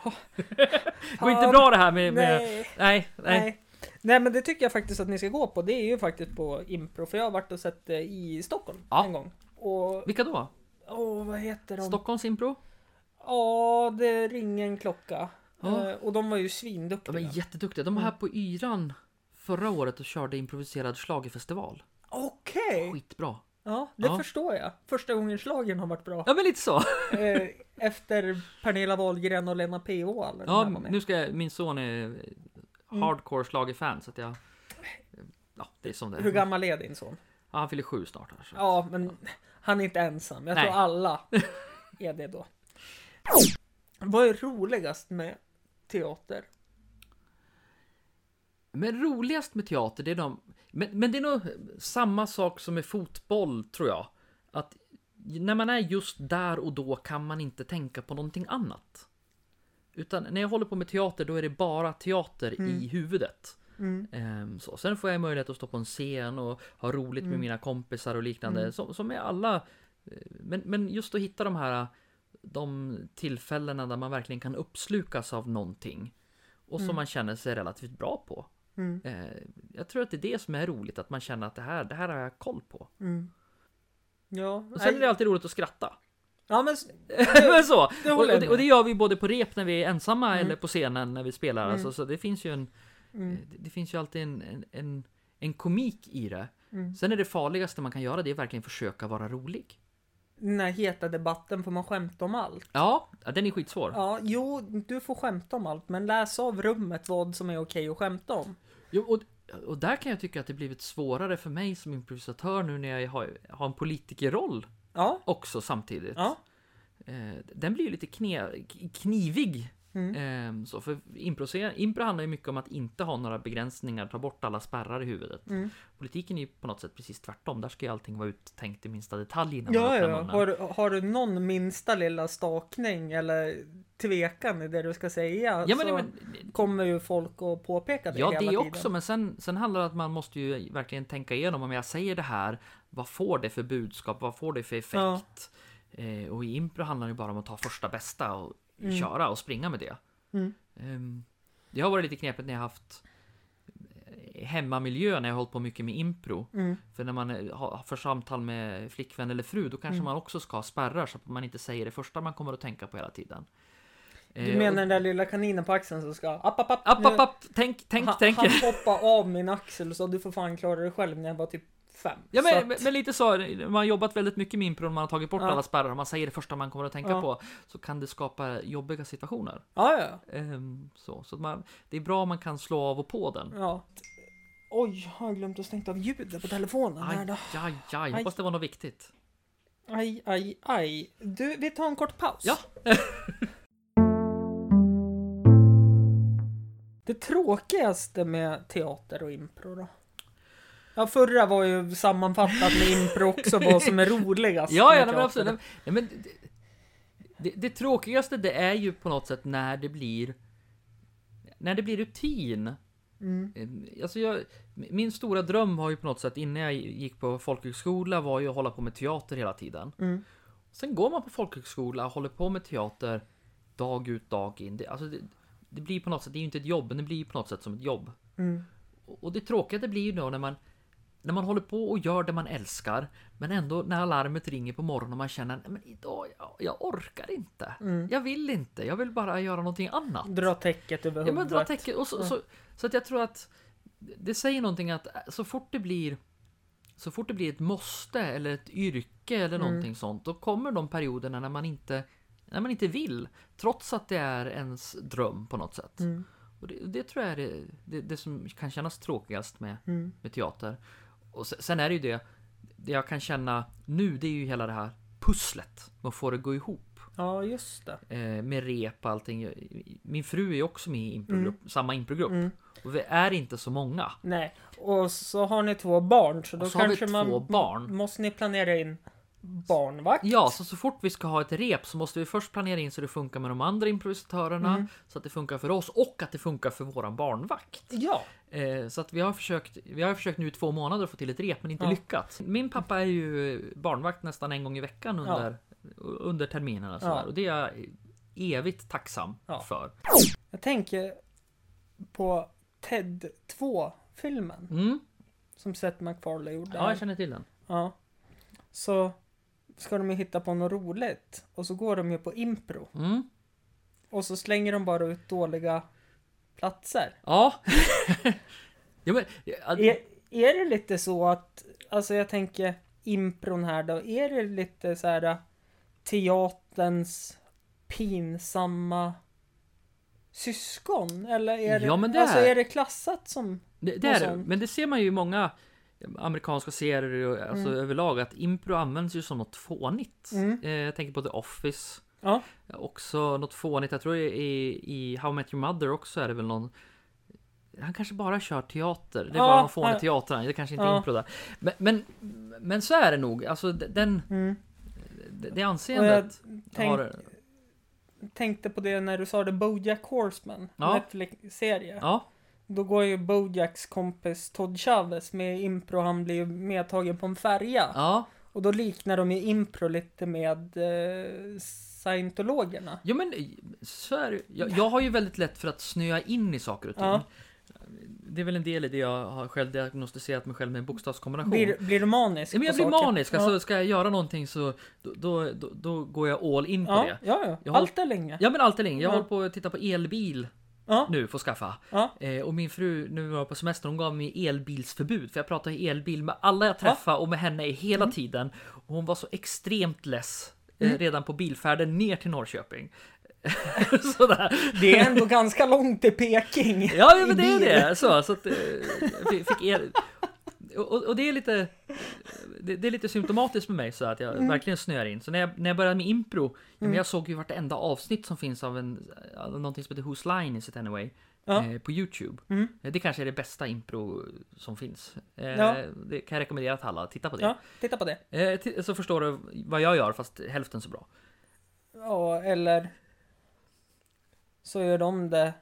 B: det går
A: Fan.
B: inte bra det här med... med...
A: Nej,
B: Nej, nej.
A: nej. Nej men det tycker jag faktiskt att ni ska gå på. Det är ju faktiskt på impro. För jag har varit och sett det i Stockholm
B: Ja.
A: en gång. Och,
B: Vilka då?
A: åh vad heter de?
B: Stockholms impro?
A: Ja, det ringer en klocka.
B: Ja.
A: Eh, Och de var ju
B: De är
A: svinduktiga. Mm.
B: jätteduktiga. De var här på Yran förra året och körde improviserad schlagerfestival.
A: Okej! Okej.
B: Skitbra.
A: Ja, det
B: Ja.
A: förstår jag. Första gången slagen har varit bra.
B: Ja men lite så.
A: Eh, Efter Pernilla Wahlgren och Lena PH. alla de här
B: Ja,
A: var Mm. med.
B: nu ska jag, min son är hardcore schlagerfan så att jag... Ja, det är som det
A: Hur
B: är.
A: gammal är din son?
B: Ja, han fyller sju snart här. Så.
A: Ja, men han är inte ensam. Jag
B: Nej.
A: tror alla är det då. Vad är roligast med teater?
B: Men roligast med teater, det är de... Men, men det är nog samma sak som med fotboll, tror jag. Att när man är just där och då kan man inte tänka på någonting annat. Utan när jag håller på med teater, då är det bara teater i huvudet. Ehm, så. Sen får jag möjlighet att stå på en scen och ha roligt med mina kompisar och liknande, som, som är alla. eh, Men, men just att hitta de här de tillfällena där man verkligen kan uppslukas av någonting och som man känner sig relativt bra på. Eh, jag tror att det är det som är roligt, att man känner att det här, det här har jag koll på.
A: Ja,
B: mm. Och sen är
A: nej.
B: det alltid roligt att skratta.
A: ja men
B: Men så.
A: det
B: och,
A: håller jag
B: och, det,
A: med.
B: och det gör vi både på rep när vi är ensamma
A: Mm.
B: eller på scenen när vi spelar. Alltså, så det finns ju en eh, det- Det finns ju alltid en, en, en, en komik i det.
A: Mm.
B: Sen är det farligaste man kan göra det är verkligen försöka vara rolig.
A: den här heta debatten får man skämta om allt.
B: Ja, ja, den är skitsvår.
A: Ja, jo, du får skämta om allt, men läs av rummet vad som är okej att skämta om.
B: Jo, och, och där kan jag tycka att det blivit svårare för mig som improvisatör nu när jag har, har en politikerroll
A: Ja,
B: också samtidigt.
A: ja,
B: Eh, den blir ju lite kne, knivig.
A: Mm.
B: Eh, så för impro, impro handlar ju mycket om att inte ha några begränsningar, ta bort alla spärrar i huvudet.
A: Mm.
B: Politiken är ju på något sätt precis tvärtom. Där ska ju allting vara uttänkt i minsta detalj innan man
A: ja,
B: öppnar
A: ja.
B: munnen.
A: Har, du- har du någon minsta lilla stakning eller tvekan i det du ska säga
B: Ja, men,
A: så
B: men,
A: kommer ju folk att påpeka det
B: ja,
A: hela
B: det
A: tiden.
B: också, men sen, sen handlar det om att man måste ju verkligen tänka igenom om jag säger det här, vad får det för budskap, vad får det för effekt? Eh, och i impro handlar det bara om att ta första bästa och köra och springa med det.
A: Mm.
B: Ehm, det har varit lite knepigt när jag haft eh, hemmamiljö när jag har hållit på mycket med impro.
A: Mm.
B: För när man eh, har för samtal med flickvän eller fru, då kanske
A: Mm.
B: man också ska ha spärrar så att man inte säger det första man kommer att tänka på hela tiden. Eh,
A: Du
B: och-
A: menar den där lilla kaninen på axeln som ska app, app, app,
B: App,
A: nu-
B: app, app, tänk, tänk,
A: han,
B: tänk.
A: Han hoppade av min axel så du får fan klara dig själv när jag var typ fem.
B: Ja
A: Så
B: men,
A: att-
B: men- men lite så, man har jobbat väldigt mycket med impro, man har tagit bort
A: Ja.
B: alla spärrar, och man säger det första man kommer att tänka
A: Ja.
B: på, så kan det skapa jobbiga situationer.
A: ja, ja.
B: Ehm, så så att man, det är bra om man kan slå av och på den.
A: ja. Oj, har jag glömt att stänga av ljudet på telefonen? Här
B: Aj,
A: då.
B: aj, aj, hoppas det var något viktigt.
A: Aj, aj, aj. Du, vi tar en kort paus.
B: Ja.
A: det tråkigaste med teater och impro då? Ja, förra var ju sammanfattat med impro också vad som är roligast
B: Ja, ja
A: med
B: nej, men absolut.
A: teater.
B: Nej, men det, det, det tråkigaste det är ju på något sätt när det blir när det blir rutin.
A: Mm.
B: Eh, Alltså jag, min stora dröm var ju på något sätt innan jag gick på folkhögskola var ju att hålla på med teater hela tiden.
A: Mm.
B: Sen går man på folkhögskola och håller på med teater dag ut dag in. Det, alltså det, det blir på något sätt, det är ju inte ett jobb, men det blir ju på något sätt som ett jobb.
A: Mm.
B: Och och det tråkiga det blir ju då när man när man håller på och gör det man älskar men ändå när alarmet ringer på morgonen och man känner "Nej, men idag, jag, jag orkar inte. Jag vill inte, jag vill bara göra någonting annat.
A: Dra täcket över
B: Ja, men dra
A: huvudet.
B: täcket. Och så, så, så att jag tror att det säger någonting att så fort det blir så fort det blir ett måste eller ett yrke eller någonting sånt, då kommer de perioderna när man inte när man inte vill, trots att det är ens dröm på något sätt. Och det, det tror jag är det, det, det som kan kännas tråkigast med,
A: Mm.
B: med teater. Och se- sen är det ju det, det jag kan känna nu, det är ju hela det här pusslet, man får det gå ihop
A: ja, just det.
B: eh, med rep och allting. Min fru är också med i improgrupp,
A: Mm.
B: samma improgrupp. Och vi är inte så många.
A: Nej, och så har ni två barn så då
B: så har vi
A: kanske man...
B: två barn.
A: Måste ni planera in barnvakt?
B: Ja, så så fort vi ska ha ett rep så måste vi först planera in så det funkar med de andra improvisatörerna,
A: Mm.
B: så att det funkar för oss och att det funkar för våran barnvakt.
A: Ja.
B: Eh, så att vi har, försökt, vi har försökt nu i två månader att få till ett rep men inte lyckats. Min pappa är ju barnvakt nästan en gång i veckan under, under terminerna. sådär. Och det är jag evigt tacksam
A: Ja.
B: för.
A: Jag tänker på Ted 2-filmen
B: Mm.
A: som Seth MacFarlane gjorde.
B: Ja, jag känner till den.
A: Ja. Så ska de ju hitta på något roligt och så går de ju på impro
B: Mm.
A: och så slänger de bara ut dåliga platser.
B: Ja. ja men, ja,
A: Är, är det lite så att, alltså jag tänker impron här då, är det lite så här äh, teaterns pinsamma syskon? Eller är det,
B: Ja, men det
A: alltså
B: är-
A: är det klassat som
B: Det, det
A: Och
B: är det.
A: sånt.
B: Men det ser man ju i många amerikanska serier och alltså överlag att impro används ju som något fånigt.
A: Mm.
B: Eh, jag tänker på The Office.
A: Ja.
B: Också något fånigt. Jag tror i, i How I Met Your Mother också är det väl någon han kanske bara kör teater. Det är
A: Ja,
B: bara någon fånig
A: ja.
B: teater. Det är kanske inte
A: Ja.
B: impro där. Men, men, men så är det nog. Alltså d- den,
A: Mm.
B: det det anseendet
A: tänk-
B: har...
A: tänkte på det när du sa det, Bojack Horseman,
B: Ja.
A: Netflix-serie.
B: Ja,
A: Då går ju Bojacks kompis Todd Chavez med impro, han blir ju medtagen på en färja.
B: ja.
A: Och då liknar de ju impro lite med eh, scientologerna.
B: Jo men eh, så är det. Jag, jag har ju väldigt lätt för att snöa in i saker och ting.
A: Ja.
B: Det är väl en del i det jag har själv diagnostiserat mig själv med en bokstavskombination.
A: Blir, blir du manisk?
B: Ja, men jag
A: på
B: blir
A: saker?
B: manisk,
A: Ja.
B: alltså ska jag göra någonting så då, då, då, då går jag all in på
A: Ja,
B: det.
A: ja,
B: Jag
A: ja.
B: har-
A: Allt är länge.
B: Ja men allt är länge. Jag
A: Ja.
B: håller på att titta på elbil
A: Ja.
B: nu, får skaffa.
A: Ja.
B: Eh, och min fru, nu var jag på semester, hon gav mig elbilsförbud. För jag pratar ju elbil med alla jag träffar och med henne hela
A: Mm.
B: tiden. Och hon var så extremt less eh, redan på bilfärden ner till Norrköping. Sådär.
A: Det är ändå ganska långt till Peking.
B: Ja, ja men
A: i
B: det är
A: bil.
B: det. Så, så att, eh, fick, fick el. Och, och det är lite det, det är lite symptomatiskt med mig så att
A: Mm.
B: jag verkligen snöar in. Så när jag, när jag började med impro, ja, men jag såg ju vartenda avsnitt som finns av en, av någonting som heter Whose Line Is It Anyway?
A: Ja.
B: Eh, på Youtube.
A: Mm.
B: Eh, Det kanske är det bästa impro som finns. Eh,
A: Ja.
B: Det kan jag rekommendera till alla, titta på det.
A: Ja, titta på det.
B: Eh, ti- så förstår du vad jag gör fast hälften så bra.
A: Ja, eller så gör de det.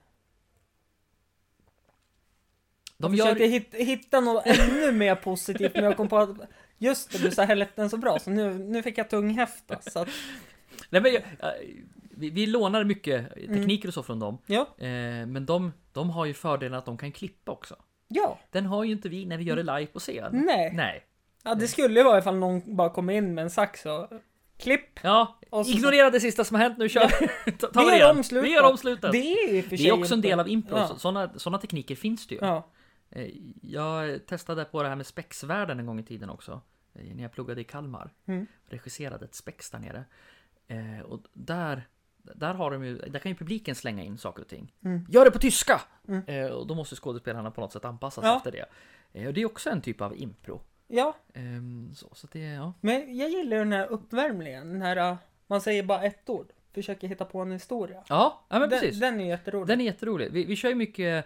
B: De
A: Jag
B: gör...
A: försöker hit, hitta något ännu mer positivt, men jag kom på att just det, du sa hälften så bra, så nu, nu fick jag tunghäfta. Så att,
B: Nej, men, jag- eh, vi, vi lånar mycket tekniker och så från dem.
A: Mm. ja,
B: Eh, men de, de har ju fördelen att de kan klippa också.
A: ja,
B: Den har ju inte vi när vi gör det live på scen.
A: Mm. nej.
B: Nej.
A: Ja, det skulle ju vara ifall någon bara kommer in med en sax och klipp.
B: Ja,
A: Och så-
B: ignorera det sista som har hänt nu kör vi. Ta, ta
A: Vi
B: det
A: gör
B: igen.
A: om slutet.
B: Vi gör om slutet.
A: Det är ju i och för
B: Det
A: sig
B: är också en
A: inte-
B: del av impro.
A: Ja.
B: Sådana, sådana tekniker finns det ju.
A: Ja.
B: Eh, Jag testade på det här med spexvärlden en gång i tiden också. eh, När jag pluggade i Kalmar.
A: Mm.
B: Regisserade ett spex där nere. Eh, Och där, där, har de ju, där kan ju publiken slänga in saker och ting.
A: Mm.
B: Gör det på tyska! Eh, Och då måste skådespelarna på något sätt anpassa sig
A: Ja.
B: efter det. Eh, Och det är också en typ av impro.
A: ja,
B: Ehm, Så, så att det, ja.
A: men jag gillar ju den här uppvärmningen. Den här, uh, man säger bara ett ord. Försöker hitta på en historia.
B: Ja, ja men
A: den,
B: precis.
A: den är ju jätterolig.
B: Den är jätterolig. Vi, vi kör ju mycket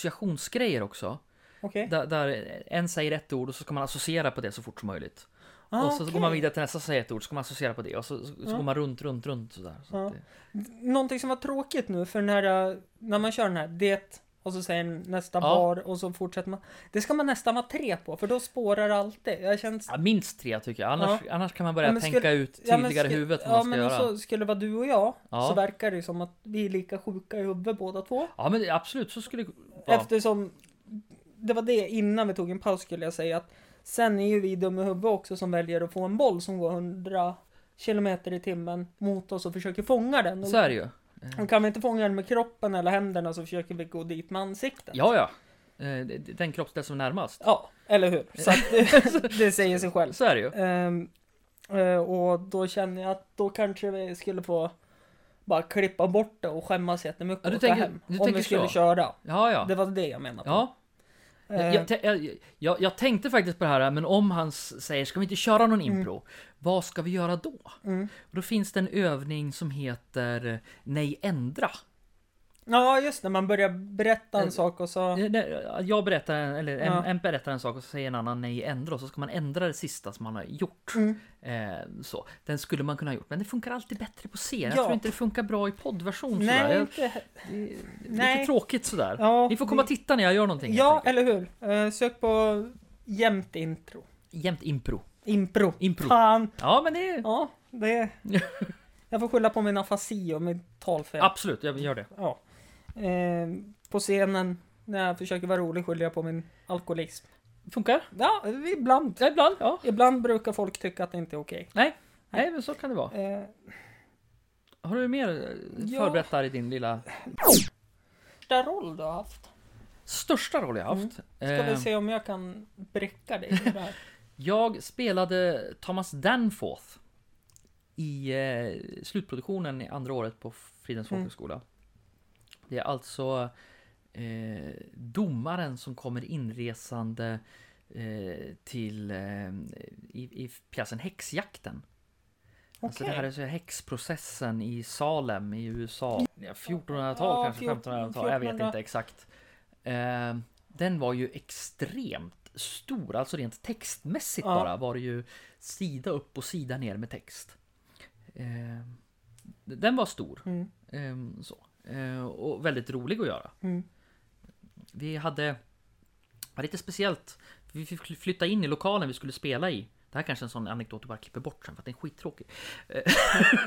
B: associationsgrejer också.
A: Okej.
B: Där, där en säger ett ord och så ska man associera på det så fort som möjligt.
A: Ah,
B: och så
A: okej.
B: går man vidare till nästa som säger ett ord, så ska man associera på det och så, så, så går man runt, runt, runt sådär. Så
A: Ja.
B: att det,
A: Någonting som var tråkigt nu för den här, uh, när man kör den här, det och så säger nästa
B: Ja.
A: bar och så fortsätter man. Det ska man nästan vara tre på för då spårar alltid. Jag känns...
B: ja, minst tre tycker jag, annars, annars kan man börja
A: Ja, men
B: tänka
A: skulle-
B: ut
A: Ja, men
B: tydligare i
A: sku-
B: huvudet vad
A: Ja
B: man ska
A: men alltså-
B: göra.
A: så skulle det vara du och jag
B: Ja.
A: så verkar det ju som att vi är lika sjuka i huvudet båda två.
B: Ja men absolut, så skulle det vara.
A: Eftersom det var det innan vi tog en paus skulle jag säga att sen är ju vi dumma i huvudet också som väljer att få en boll som går 100 kilometer i timmen mot oss och försöker fånga den.
B: Så är det ju. Mm.
A: Och kan vi inte fånga den med kroppen eller händerna så försöker vi gå dit med ansiktet.
B: Ja, ja. Eh, det- det- Den kroppsdel som är närmast.
A: Ja, eller hur? Så att det, det säger sig själv.
B: Så är det ju.
A: Ehm, eh, och då känner jag att då kanske vi skulle få bara klippa bort det och skämmas jättemycket
B: Ja, du
A: och ta
B: tänker-
A: hem.
B: du
A: om
B: tänker
A: vi skulle
B: så.
A: köra.
B: Ja, ja.
A: Det var det jag menade.
B: Ja. Jag,
A: Ehm,
B: jag, jag, jag, jag tänkte faktiskt på det här, men om han s- säger ska vi inte köra någon impro? Vad ska vi göra då?
A: Mm.
B: Och då finns det en övning som heter eh, Nej ändra.
A: Ja, just när man börjar berätta en
B: Eh,
A: sak och så...
B: Eh, nej, Jag berättar en, eller en,
A: Ja.
B: en berättar en sak och så säger en annan nej ändra och så ska man ändra det sista som man har gjort.
A: Mm.
B: Eh, så. Den skulle man kunna ha gjort, men det funkar alltid bättre på scen. Jag
A: Ja.
B: tror inte det funkar bra i poddversion sådär.
A: Nej,
B: Jag,
A: inte... he-
B: Lite
A: nej.
B: tråkigt sådär.
A: Ja,
B: Ni får komma och titta när jag gör någonting. helt
A: Ja,
B: enkelt.
A: eller hur? Ehm, sök på jämnt intro.
B: Jämt impro.
A: Impro.
B: Impro.
A: Fan!
B: Ja, men det är...
A: Ja, det... Jag får skylla på min afasi och mitt talfel.
B: Absolut, jag gör det.
A: Ja. Ehm, på scenen när jag försöker vara rolig skyller jag på min alkoholism.
B: Funkar?
A: Ja, ibland.
B: Ja, Ibland, ja.
A: Ibland brukar folk tycka att det inte är okej.
B: Nej. Nej, men så kan det vara.
A: Ehm,
B: Har du mer eh,
A: Ja.
B: förberett där i din lilla...
A: Första roll du har haft?
B: Största roll jag haft.
A: Mm. Ska vi
B: Eh,
A: se om jag kan bräcka dig i det här.
B: Jag spelade Thomas Danforth i eh, slutproduktionen i andra året på Fridens
A: Mm.
B: folkhögskola. Det är alltså eh, domaren som kommer inresande eh, till eh, i, i pjäsen Häxjakten. Alltså det
A: Okej.
B: här är så här häxprocessen i Salem i USA. Ja, 1400-tal
A: Ja,
B: kanske,
A: 1400-tal,
B: 1500-tal, jag vet
A: 1400.
B: inte exakt. Eh, den var ju extremt stor, alltså rent textmässigt
A: Ja.
B: bara var det ju sida upp och sida ner med text. Eh, den var stor.
A: Mm.
B: Eh, så. Eh, och väldigt rolig att göra.
A: Mm.
B: Vi hade var lite speciellt. Vi fick fly- flytta in i lokalen vi skulle spela i. Det här kanske är en sån anekdot du bara klipper bort sen för att den är skittråkig.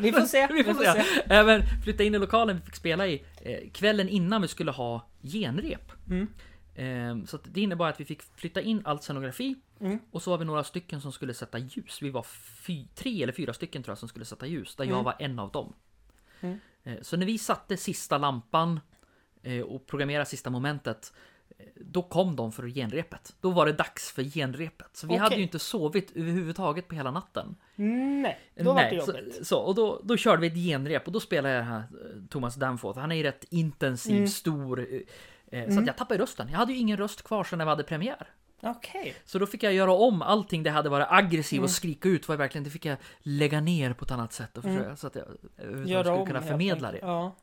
A: Vi får se.
B: Vi får se. Även flytta in i lokalen vi fick spela i eh, kvällen innan vi skulle ha genrep.
A: Mm.
B: Ehm, så att det innebar att vi fick flytta in all scenografi
A: Mm.
B: och så var vi några stycken som skulle sätta ljus. Vi var fy, tre eller fyra stycken tror jag som skulle sätta ljus, där jag var en av dem.
A: Mm.
B: Eh, så när vi satte sista lampan eh, och programmerade sista momentet eh, då kom de för genrepet. Då var det dags för genrepet. Så vi
A: Okej.
B: hade ju inte sovit överhuvudtaget på hela natten.
A: Nej, då vart det
B: så,
A: jobbigt.
B: så, och då, då körde vi ett genrep och då spelade jag den här eh, Thomas Danforth. Han är ju rätt intensiv,
A: Mm.
B: stor. eh, Eh, Så att jag tappade rösten. Jag hade ju ingen röst kvar sen när vi hade premiär.
A: Okej.
B: Så då fick jag göra om allting det hade varit aggressiv
A: Mm.
B: och skrika ut. Var jag verkligen, det fick jag lägga ner på ett annat sätt och försöka, så att jag överhuvudtaget skulle kunna
A: Mm. helt
B: förmedla det.
A: enkelt.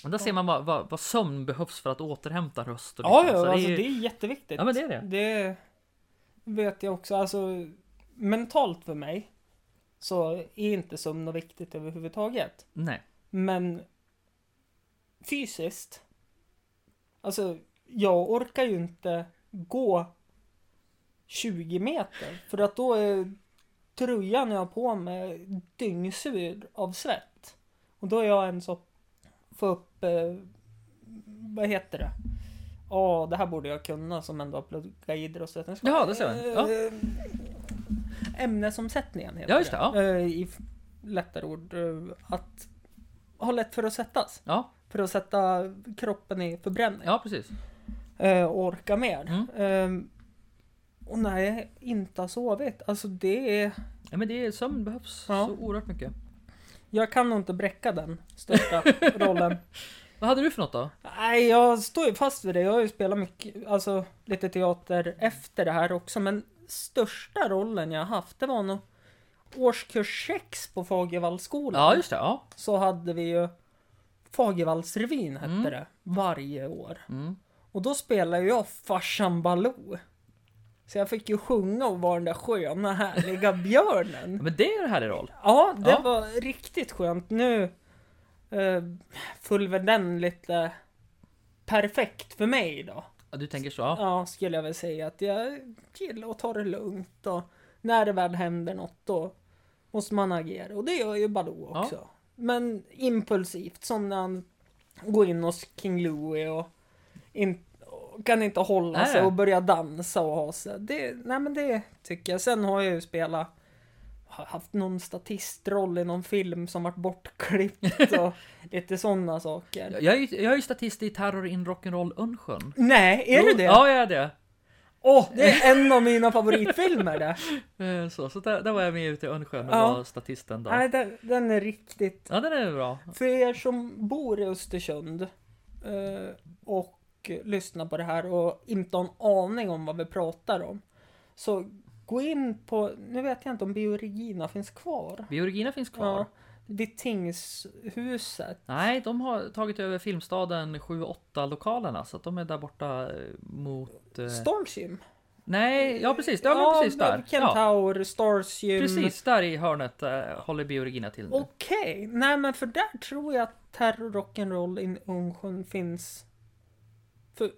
A: Ja,
B: Och där ser man vad, vad, vad sömn behövs för att återhämta röst. Och
A: ja,
B: liksom.
A: ja
B: Så
A: alltså,
B: det är,
A: det
B: ju-
A: är jätteviktigt.
B: Ja, men det är det.
A: Det vet jag också. Alltså, mentalt för mig så är inte sömn något viktigt överhuvudtaget.
B: Nej.
A: Men fysiskt. Alltså, jag orkar ju inte gå 20 meter. För att då är tröjan jag har på mig dyngsur av svett. Och då är jag en så få upp, eh, vad heter det? Ja, det här borde jag kunna som ändå har pluggat idrottsvetenskap.
B: Jaha, det ser man. Ja.
A: Eh, Ämnesomsättningen heter
B: Ja, just det, ja.
A: Eh, I f- lättare ord. eh, Att ha lätt för att sättas.
B: Ja,
A: För att sätta kroppen i förbränning.
B: ja, precis.
A: eh, Och orka med.
B: Mm.
A: Eh, Och när jag inte har sovit. Alltså det är...
B: Ja, men det är, sömn behövs
A: Ja.
B: så oerhört mycket.
A: Jag kan nog inte bräcka den största rollen.
B: Vad hade du för något då?
A: Nej, jag står ju fast vid det. Jag har ju spelat mycket, alltså lite teater efter det här också. Men största rollen jag har haft, det var nog årskurs 6 på Fagervallsskolan.
B: Ja, just det. Ja.
A: så hade vi ju Fagervallsrevyn hette
B: Mm.
A: det varje år.
B: Mm.
A: Och då spelade jag farsan Baloo. Så jag fick ju sjunga och vara den där sköna härliga björnen.
B: Ja, Men det är en härlig roll.
A: Ja, det
B: Ja.
A: var riktigt skönt. Nu eh, föll väl den lite perfekt för mig då.
B: Ja, du tänker så? Ja.
A: Ja, skulle jag väl säga att jag gillar att ta det lugnt och när det väl händer något då måste man agera och det gör ju Baloo
B: Ja.
A: också. Men impulsivt som när han går in hos King Louie och, in, och kan inte hålla
B: Nej.
A: sig och börja dansa och ha sig. Det, nej men det tycker jag. Sen har jag ju spelat har haft någon statistroll i någon film som varit bortklippt och lite sådana saker.
B: Jag, är ju, jag är ju statist i Terror in Rock'n'Roll Önsjön.
A: Nej, är
B: Jo,
A: du det?
B: Ja, jag är det.
A: Åh, det är en av mina favoritfilmer det!
B: Eh, Så, så där, där var jag med ute i Önsjön och
A: Ja.
B: var statisten då.
A: Nej, den, den är riktigt...
B: Ja, den är bra.
A: För er som bor i Östersund eh, och lyssnar på det här och inte har en aning om vad vi pratar om. Så gå in på, nu vet jag inte om Bioregina finns kvar.
B: Georgina finns kvar.
A: Ja, vid Tingshuset.
B: Nej, de har tagit över Filmstaden 7-8 lokalerna så att de är där borta eh, mot... Eh...
A: Stargym.
B: Nej, ja precis. Ja, men precis där.
A: Kent
B: Ja,
A: Tower, Stargym.
B: precis, där i hörnet eh, håller Georgina till nu.
A: Okej, nej men för där tror jag att Terror Rock'n'Roll in Ungsjön finns. För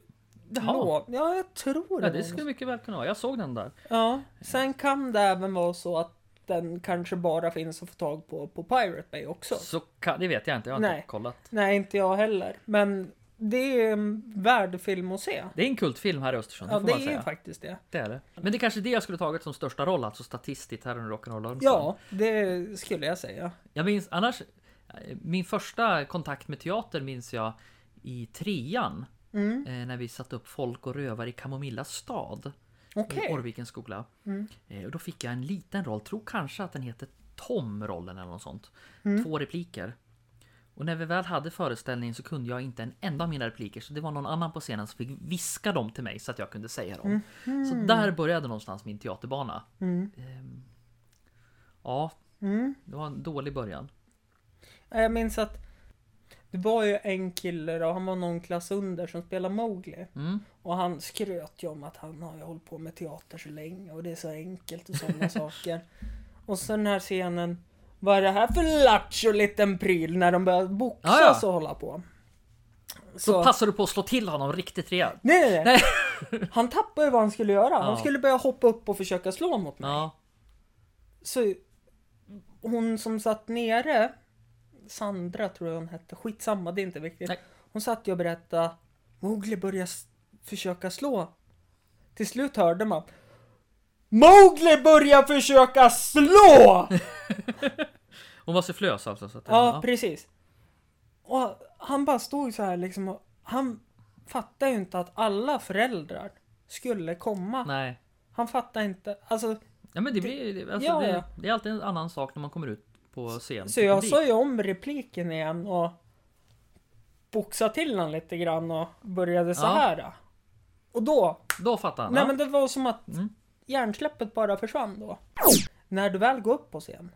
B: Jaha.
A: lov. Ja, jag tror
B: Ja,
A: det.
B: det
A: var
B: skulle
A: så.
B: mycket väl kunna vara. Jag såg den där.
A: ja. Sen kan det även vara så att den kanske bara finns att få tag på på Pirate Bay också.
B: Så kan, det vet jag inte, jag har
A: Nej.
B: inte kollat.
A: Nej, inte jag heller. Men det är en värd film att se.
B: Det är en kultfilm här i Östersund,
A: Ja,
B: det
A: det
B: får man
A: är ju
B: säga.
A: faktiskt det.
B: Det är det. Men det är kanske det jag skulle tagit som största roll, alltså statist i Terror in Rock'n'Roll
A: Ja, det skulle jag säga.
B: Jag minns annars, eh, min första kontakt med teater minns jag i trean.
A: Mm.
B: eh, när vi satte upp folk och rövare i Kamomillas stad.
A: Okej. Mm.
B: I Orvikens skola. Eh, och då fick jag en liten roll, tror kanske att den heter Tom-rollen eller något sånt.
A: Mm.
B: Två repliker. Och när vi väl hade föreställningen så kunde jag inte en enda av mina repliker så det var någon annan på scenen som fick viska dem till mig så att jag kunde säga dem.
A: Mhm.
B: Så där började någonstans min teaterbana.
A: Mm.
B: Ehm, ja, det var en dålig början.
A: Ja, Jag minns att det var ju en kille då, han var någon klass under som spelade Mowgli.
B: Mm.
A: Och han skröt ju om att han har ju hållit på med teater så länge och det är så enkelt och sådana saker. Och sen den här scenen, vad är det här för lattjo liten pryl när de börjar boxas
B: Ja, ja.
A: och hålla på?
B: Så, passar du på att slå till honom riktigt rejält.
A: Nej, nej, nej. Han tappade ju vad han skulle göra. Han
B: Ja.
A: skulle börja hoppa upp och försöka slå mot mig.
B: Ja,
A: Så hon som satt nere, Sandra tror jag hon hette, skitsamma det är inte viktigt.
B: Nej.
A: Hon satt ju och berättade, Mowgli började s- försöka slå. Till slut hörde man, Mowgli börjar försöka slå!
B: hon var sufflös alltså. Så att,
A: ja, precis. Och han bara stod så här liksom, och han fattade ju inte att alla föräldrar skulle komma.
B: Nej.
A: Han fattade inte, alltså
B: Ja men det blir alltså,
A: Ja, ja.
B: det, det är alltid en annan sak när man kommer ut på scen.
A: Så jag
B: Publik.
A: sa ju om repliken igen och boxade till den lite grann och började så
B: Ja.
A: här. Och då,
B: Då fattar han.
A: nej
B: ja.
A: men det var som att
B: Mm.
A: hjärnsläppet bara försvann då. När du väl går upp på scen.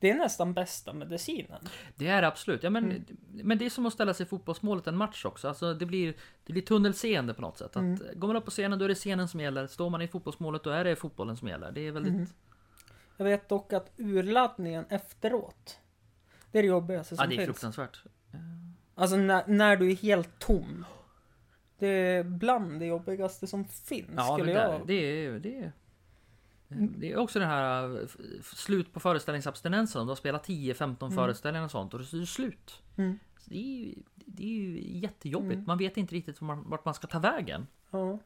A: Det är nästan bästa medicinen.
B: Det är det absolut. Ja, men,
A: Mm.
B: men det är som att ställa sig i fotbollsmålet en match också. Alltså, det, blir, det blir tunnelseende på något sätt. Att,
A: Mm.
B: Går man upp på scenen då är det scenen som gäller. Står man i fotbollsmålet då är det fotbollen som gäller. Det är väldigt...
A: Mm. Jag vet dock att urladdningen efteråt. Det är det jobbigaste
B: Ja,
A: som
B: det är
A: finns.
B: fruktansvärt.
A: Alltså när, när du är helt tom. Det är bland det jobbigaste som finns
B: Ja, men
A: skulle
B: det, är,
A: jag... Mm.
B: det, är, det, är, det är också den här eh, f- f- slut på föreställningsabstinensen. Om du har spelat 10-15 föreställningar och sånt och så är det slut.
A: Mm.
B: Så det, är ju, det är ju jättejobbigt. Man vet inte riktigt vart man, vart man ska ta vägen.
A: Ja.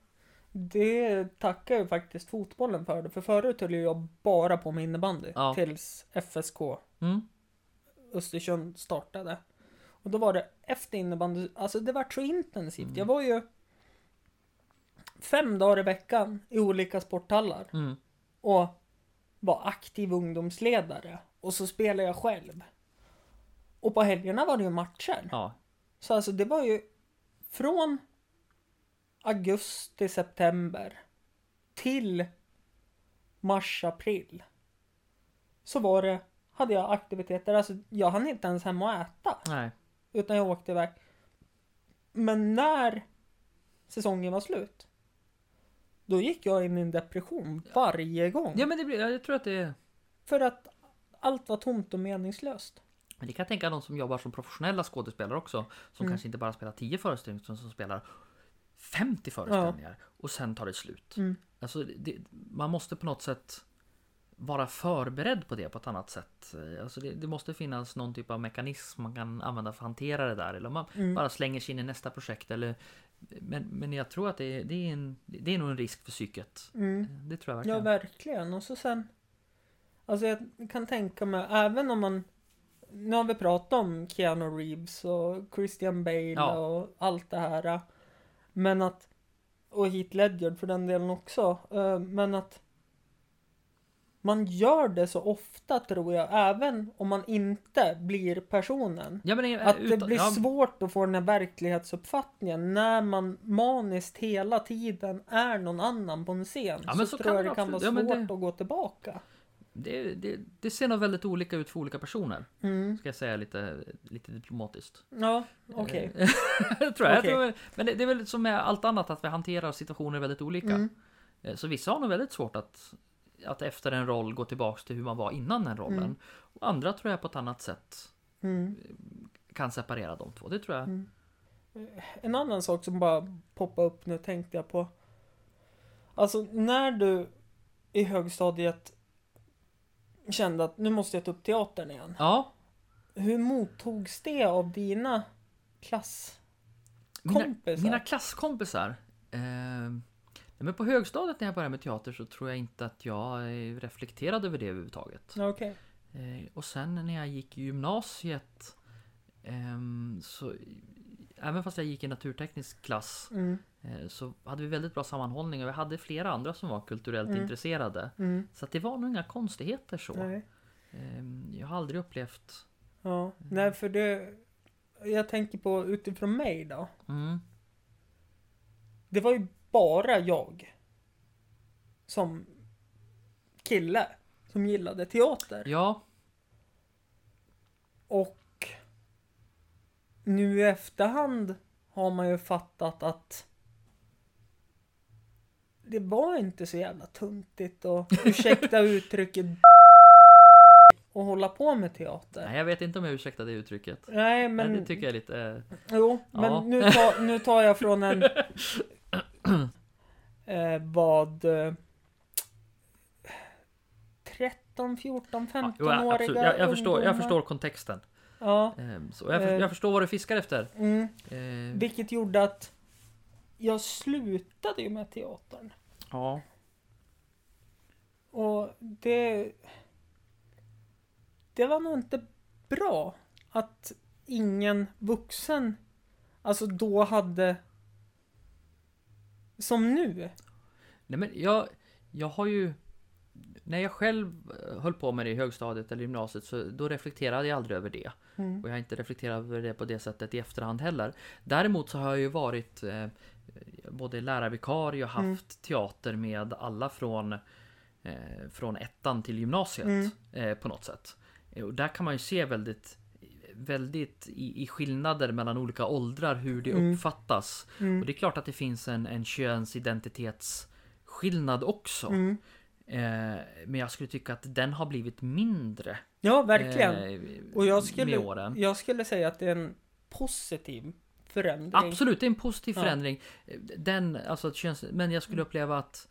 A: Det tackar ju faktiskt fotbollen för. För förut höll ju jag bara på med innebandy.
B: Ja.
A: Tills FSK
B: Mm.
A: Östersund startade. Och då var det efter innebandy. Alltså det var så intensivt.
B: Mm.
A: Jag var ju fem dagar i veckan i olika sporthallar.
B: Mm.
A: Och var aktiv ungdomsledare. Och så spelade jag själv. Och på helgerna var det ju matcher.
B: Ja.
A: Så alltså det var ju från augusti, september till mars, april. Så var det, hade jag aktiviteter. Alltså jag hann inte ens hem och äta.
B: Nej.
A: Utan jag åkte iväg. Men när säsongen var slut. Då gick jag in i en depression varje gång.
B: Ja, men det blir, jag tror att det är...
A: För att allt var tomt och meningslöst.
B: Men det kan jag tänka de som jobbar som professionella skådespelare också.
A: Mm.
B: Som kanske inte bara spelar 10 föreställningar utan som spelar 50 föreställningar. Och sen tar det slut.
A: Mm.
B: Alltså, det, man måste på något sätt vara förberedd på det på ett annat sätt. Alltså det, det måste finnas någon typ av mekanism man kan använda för att hantera det där. Eller om man
A: Mm.
B: bara slänger sig in i nästa projekt. Eller, men, men jag tror att det, är- det, är en, det är nog en risk för psyket. Det tror jag
A: Mm. Ja,
B: verkligen.
A: verkligen. Och så sen... Alltså jag kan tänka mig, även om man... Nu har vi pratat om Keanu Reeves och Christian Bale
B: Ja.
A: och allt det här. Men att... Och Heath Ledger för den delen också. eh, Men att... Man gör det så ofta tror jag, även om man inte blir personen.
B: Ja, men, eh,
A: Att det
B: utan-
A: blir
B: ja,
A: svårt att få den här verklighetsuppfattningen när man maniskt hela tiden är någon annan på en scen.
B: Ja,
A: så,
B: men så
A: tror
B: kan
A: jag
B: det
A: det kan vara
B: absolut- ja, men
A: svårt
B: det-
A: att gå tillbaka.
B: det, det, det ser nog väldigt olika ut för olika personer. Ska jag säga lite, lite diplomatiskt.
A: Mm. Ja,
B: Eh,
A: okej.
B: Jag tror jag.
A: Okej.
B: Jag tror, men det, det är väl som med allt annat att vi hanterar situationer väldigt olika.
A: Mm.
B: Eh, Så vissa har nog väldigt svårt att, att efter en roll gå tillbaks till hur man var innan den rollen. Och andra tror jag på ett annat sätt
A: Mm.
B: kan separera de två. Det tror jag.
A: En annan sak som bara poppade upp nu tänkte jag på. Alltså när du i högstadiet kände att nu måste jag ta upp teatern igen.
B: Ja,
A: Hur mottogs det av dina klasskompisar?
B: mina, mina klasskompisar. Eh, nej, men på högstadiet när jag började med teater så tror jag inte att jag eh, reflekterade över det överhuvudtaget.
A: Ja, Okej.
B: Eh, och sen när jag gick i gymnasiet ehm, så även fast jag gick i naturteknisk klass
A: Mm.
B: eh, så hade vi väldigt bra sammanhållning och vi hade flera andra som var kulturellt intresserade.
A: Mm.
B: Så att det var nog inga konstigheter så.
A: Nej.
B: Ehm, Jag har aldrig upplevt...
A: Ja.
B: Mm.
A: Nej, för det... Jag tänker på utifrån mig då.
B: Mm.
A: Det var ju bara jag som kille som gillade teater.
B: Ja,
A: Och nu i efterhand har man ju fattat att det var inte så jävla tuntigt och ursäkta uttrycket och hålla på med teater.
B: nej, jag vet inte om jag ursäktar det uttrycket.
A: Nej men,
B: Nej, det tycker jag är lite... eh,
A: jo, men
B: Ja.
A: nu, tar, nu tar jag från en eh, vad eh, 13, 14,
B: Ja, jo, absolut.
A: 15-åriga
B: jag, jag, förstår, jag
A: ungdomar.
B: förstår kontexten.
A: Ja,
B: Ehm, Så jag, för,
A: Eh.
B: jag förstår vad du fiskar efter.
A: mm.
B: Ehm,
A: Vilket gjorde att jag slutade ju med teatern.
B: Ja.
A: Och det... Det var nog inte bra att ingen vuxen, alltså då hade... Som nu.
B: Nej men jag, jag har ju... När jag själv eh, höll på med det i högstadiet eller gymnasiet så då reflekterade jag aldrig över det.
A: Mm.
B: Och jag har inte reflekterat över det på det sättet i efterhand heller. Däremot så har jag ju varit eh, både lärarvikarie och haft
A: Mm.
B: teater med alla från, eh, från ettan till gymnasiet
A: Mm.
B: eh, på något sätt. Eh, Och där kan man ju se väldigt väldigt i, i skillnader mellan olika åldrar hur det
A: Mm.
B: uppfattas.
A: Mm.
B: Och det är klart att det finns en, en könsidentitetsskillnad också.
A: Mm.
B: Eh, men jag skulle tycka att den har blivit mindre.
A: Ja, verkligen.
B: eh,
A: Och jag skulle-
B: Med åren.
A: Jag skulle säga att det är en positiv förändring.
B: Absolut, det är en positiv
A: Ja. Mm.
B: förändring. Den, alltså, att köns... Men jag skulle uppleva att,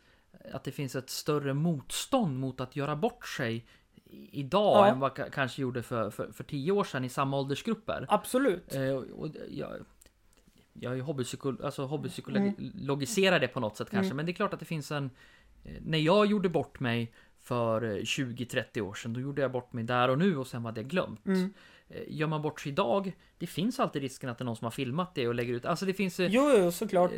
B: att det finns ett större motstånd mot att göra bort sig i- idag
A: Ja.
B: än vad jag kanske gjorde för, för, för tio år sedan i samma åldersgrupper.
A: Absolut.
B: Eh, och- och jag, jag är ju hobbypsyko, alltså hobbypsykologiserar det på något sätt kanske,
A: Mm.
B: men det är klart att det finns en... eh, När jag gjorde bort mig för eh, 20-30 år sedan, då gjorde jag bort mig där och nu och sen var det glömt.
A: Mm.
B: Eh, Gör man bort sig idag, det finns alltid risken att det är någon som har filmat det och lägger ut... Alltså det finns... eh,
A: Jo, jo, såklart.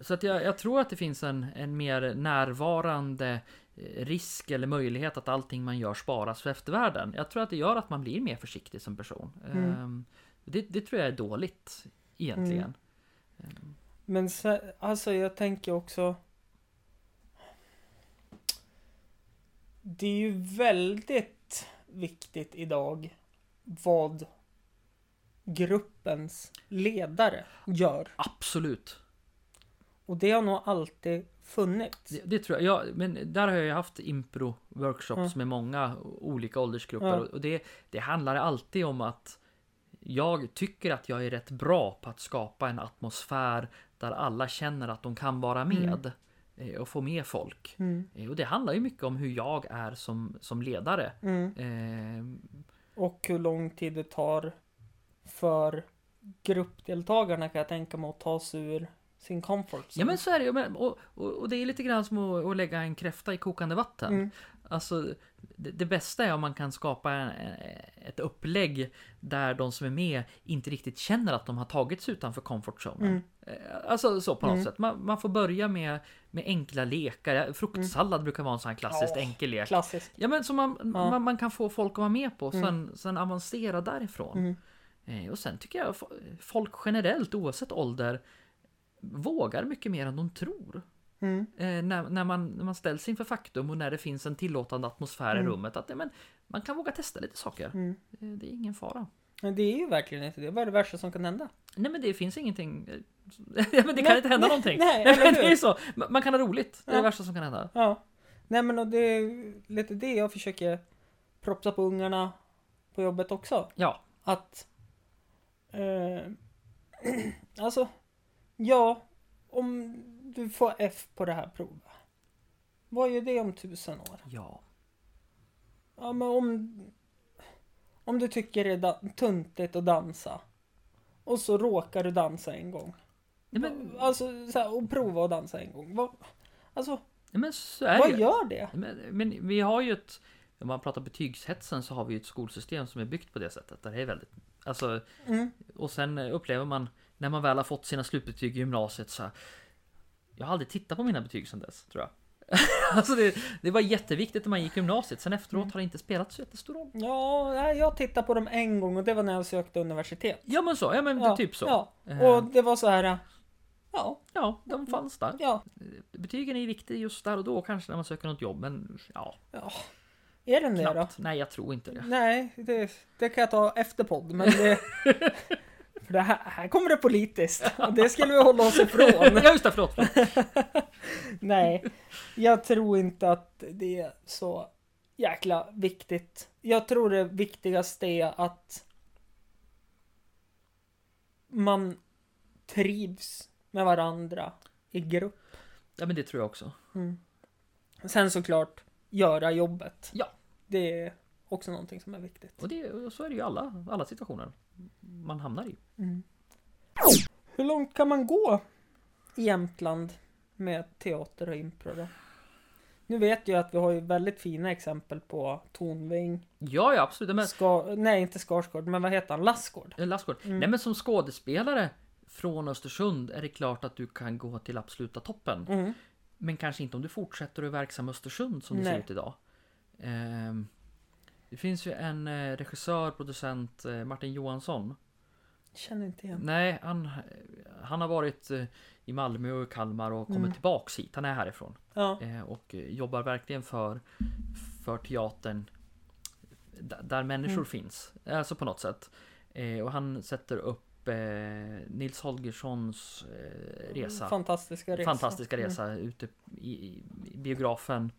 B: Så att jag, jag tror att det finns en, en mer närvarande eh, risk eller möjlighet att allting man gör sparas för eftervärlden. Jag tror att det gör att man blir mer försiktig som person.
A: Mm.
B: Ehm, Det, det tror jag är dåligt egentligen.
A: Men se- alltså jag tänker också Det är ju väldigt viktigt idag vad gruppens ledare gör.
B: Absolut.
A: Och det har nog alltid funnits.
B: Det, det tror jag. Ja, men där har jag ju haft impro-workshops
A: Ja.
B: med många olika åldersgrupper.
A: Ja.
B: Och- Och det, det handlar alltid om att jag tycker att jag är rätt bra på att skapa en atmosfär där alla känner att de kan vara med. eh, Och få med folk.
A: Mm,
B: Eh, Och det handlar ju mycket om hur jag är som, som ledare.
A: mm.
B: Eh,
A: Och hur lång tid det tar för gruppdeltagarna kan jag tänka mig att ta sig ur sin comfort zone.
B: ja men så är det ju. Men- Och, och, och det är lite grann som att, att lägga en kräfta i kokande vatten.
A: Mm.
B: Alltså, det, det bästa är om man kan skapa en, ett upplägg där de som är med inte riktigt känner att de har tagits utanför comfortzonen.
A: Mm.
B: Eh, Alltså så på något
A: Mm.
B: sätt. Man, man får börja med, med enkla lekar. Fruktsallad brukar vara en sån här klassiskt
A: Ja,
B: enkel lek.
A: Klassiskt.
B: Ja men som man,
A: Ja.
B: man, man kan få folk att vara med på, sen,
A: Mm.
B: sen avancera därifrån.
A: Mm.
B: Eh, Och sen tycker jag fo- folk generellt oavsett ålder vågar mycket mer än de tror.
A: Mm.
B: Eh, när, när, man, när man ställs inför faktum och när det finns en tillåtande atmosfär i
A: Mm.
B: rummet. Att, ja, men, man kan våga testa lite saker.
A: Mm.
B: Eh, det är ingen fara.
A: Men det är ju verkligen inte det. Vad är det värsta som kan hända?
B: Nej men det finns ingenting. eh, ja, men det kan
A: Nej,
B: inte hända
A: nej,
B: någonting.
A: nej,
B: Nej, men
A: eller
B: det
A: hur?
B: är så. Man, man kan ha roligt. Det är
A: Ja.
B: det värsta som kan hända.
A: Ja. Nej men och det är lite det jag försöker propsa på ungarna på jobbet också.
B: Ja.
A: Att... Eh, alltså, ja. Om du får F på det här provet. Vad är det om tusen år?
B: Ja.
A: Ja men om... Om du tycker det är da- tuntigt att dansa. Och så råkar du dansa en gång.
B: Nej, men,
A: Alltså så här, och prova att dansa en gång. Vad, alltså,
B: nej, men så är det ju.
A: vad gör det?
B: Men, men vi har ju ett, om man pratar betygshetsen så har vi ju ett skolsystem som är byggt på det sättet. Där det är väldigt, alltså,
A: Mm.
B: och sen upplever man när man väl har fått sina slutbetyg i gymnasiet så här, Jag har aldrig tittat på mina betyg sedan dess, tror jag. alltså det, det var jätteviktigt när man gick gymnasiet, sen efteråt
A: Mm.
B: har det inte spelat så jättestor roll.
A: Ja, nej, jag tittade på dem en gång och det var när jag sökte universitet.
B: Ja men så, ja men
A: Ja,
B: typ så.
A: Ja, Mm.
B: Eh.
A: och det var så här. Ja,
B: Ja, de fanns där.
A: ja,
B: Betygen är ju viktiga just där och då kanske när man söker något jobb, men ja,
A: ja. Är den det då?
B: knappt. Nej, jag tror inte det.
A: Nej, det, det kan jag ta efter podd, men det... För det här, här kommer det politiskt och det skulle vi hålla oss ifrån.
B: Ja just det, förlåt. förlåt.
A: Nej, jag tror inte att det är så jäkla viktigt. Jag tror det viktigaste är att man trivs med varandra i grupp.
B: Ja men det tror jag också.
A: Sen såklart göra jobbet.
B: Ja.
A: Det är också någonting som är viktigt.
B: Och, det, och så är det ju i alla, alla situationer
A: Mm.
B: man hamnar i.
A: Hur långt kan man gå i Jämtland med teater och impro då? Nu vet jag att vi har ju väldigt fina exempel på Tornving,
B: Ja, ja absolut. Men,
A: Ska, nej inte Skarsgård, men vad heter han? Lassgård?
B: Eh, Lassgård.
A: Mm.
B: Nej men som skådespelare från Östersund är det klart att du kan gå till absoluta toppen.
A: Mm.
B: Men kanske inte om du fortsätter att vara verksam i Östersund som det ser
A: Nej.
B: ut idag. Ehm, det finns ju en eh, regissör, producent, eh, Martin Johansson.
A: Känner inte igen.
B: Nej, han, eh, han har varit eh, i Malmö och Kalmar och kommit
A: Mm.
B: tillbaks hit. Han är härifrån.
A: Ja.
B: Eh, och eh, jobbar verkligen för, för teatern d- där människor
A: Mm.
B: finns. Alltså på något sätt. Eh, och han sätter upp eh, Nils Holgerssons eh, resa.
A: Fantastiska Mm, resa. Mm.
B: Fantastiska resa ute i, i, i biografen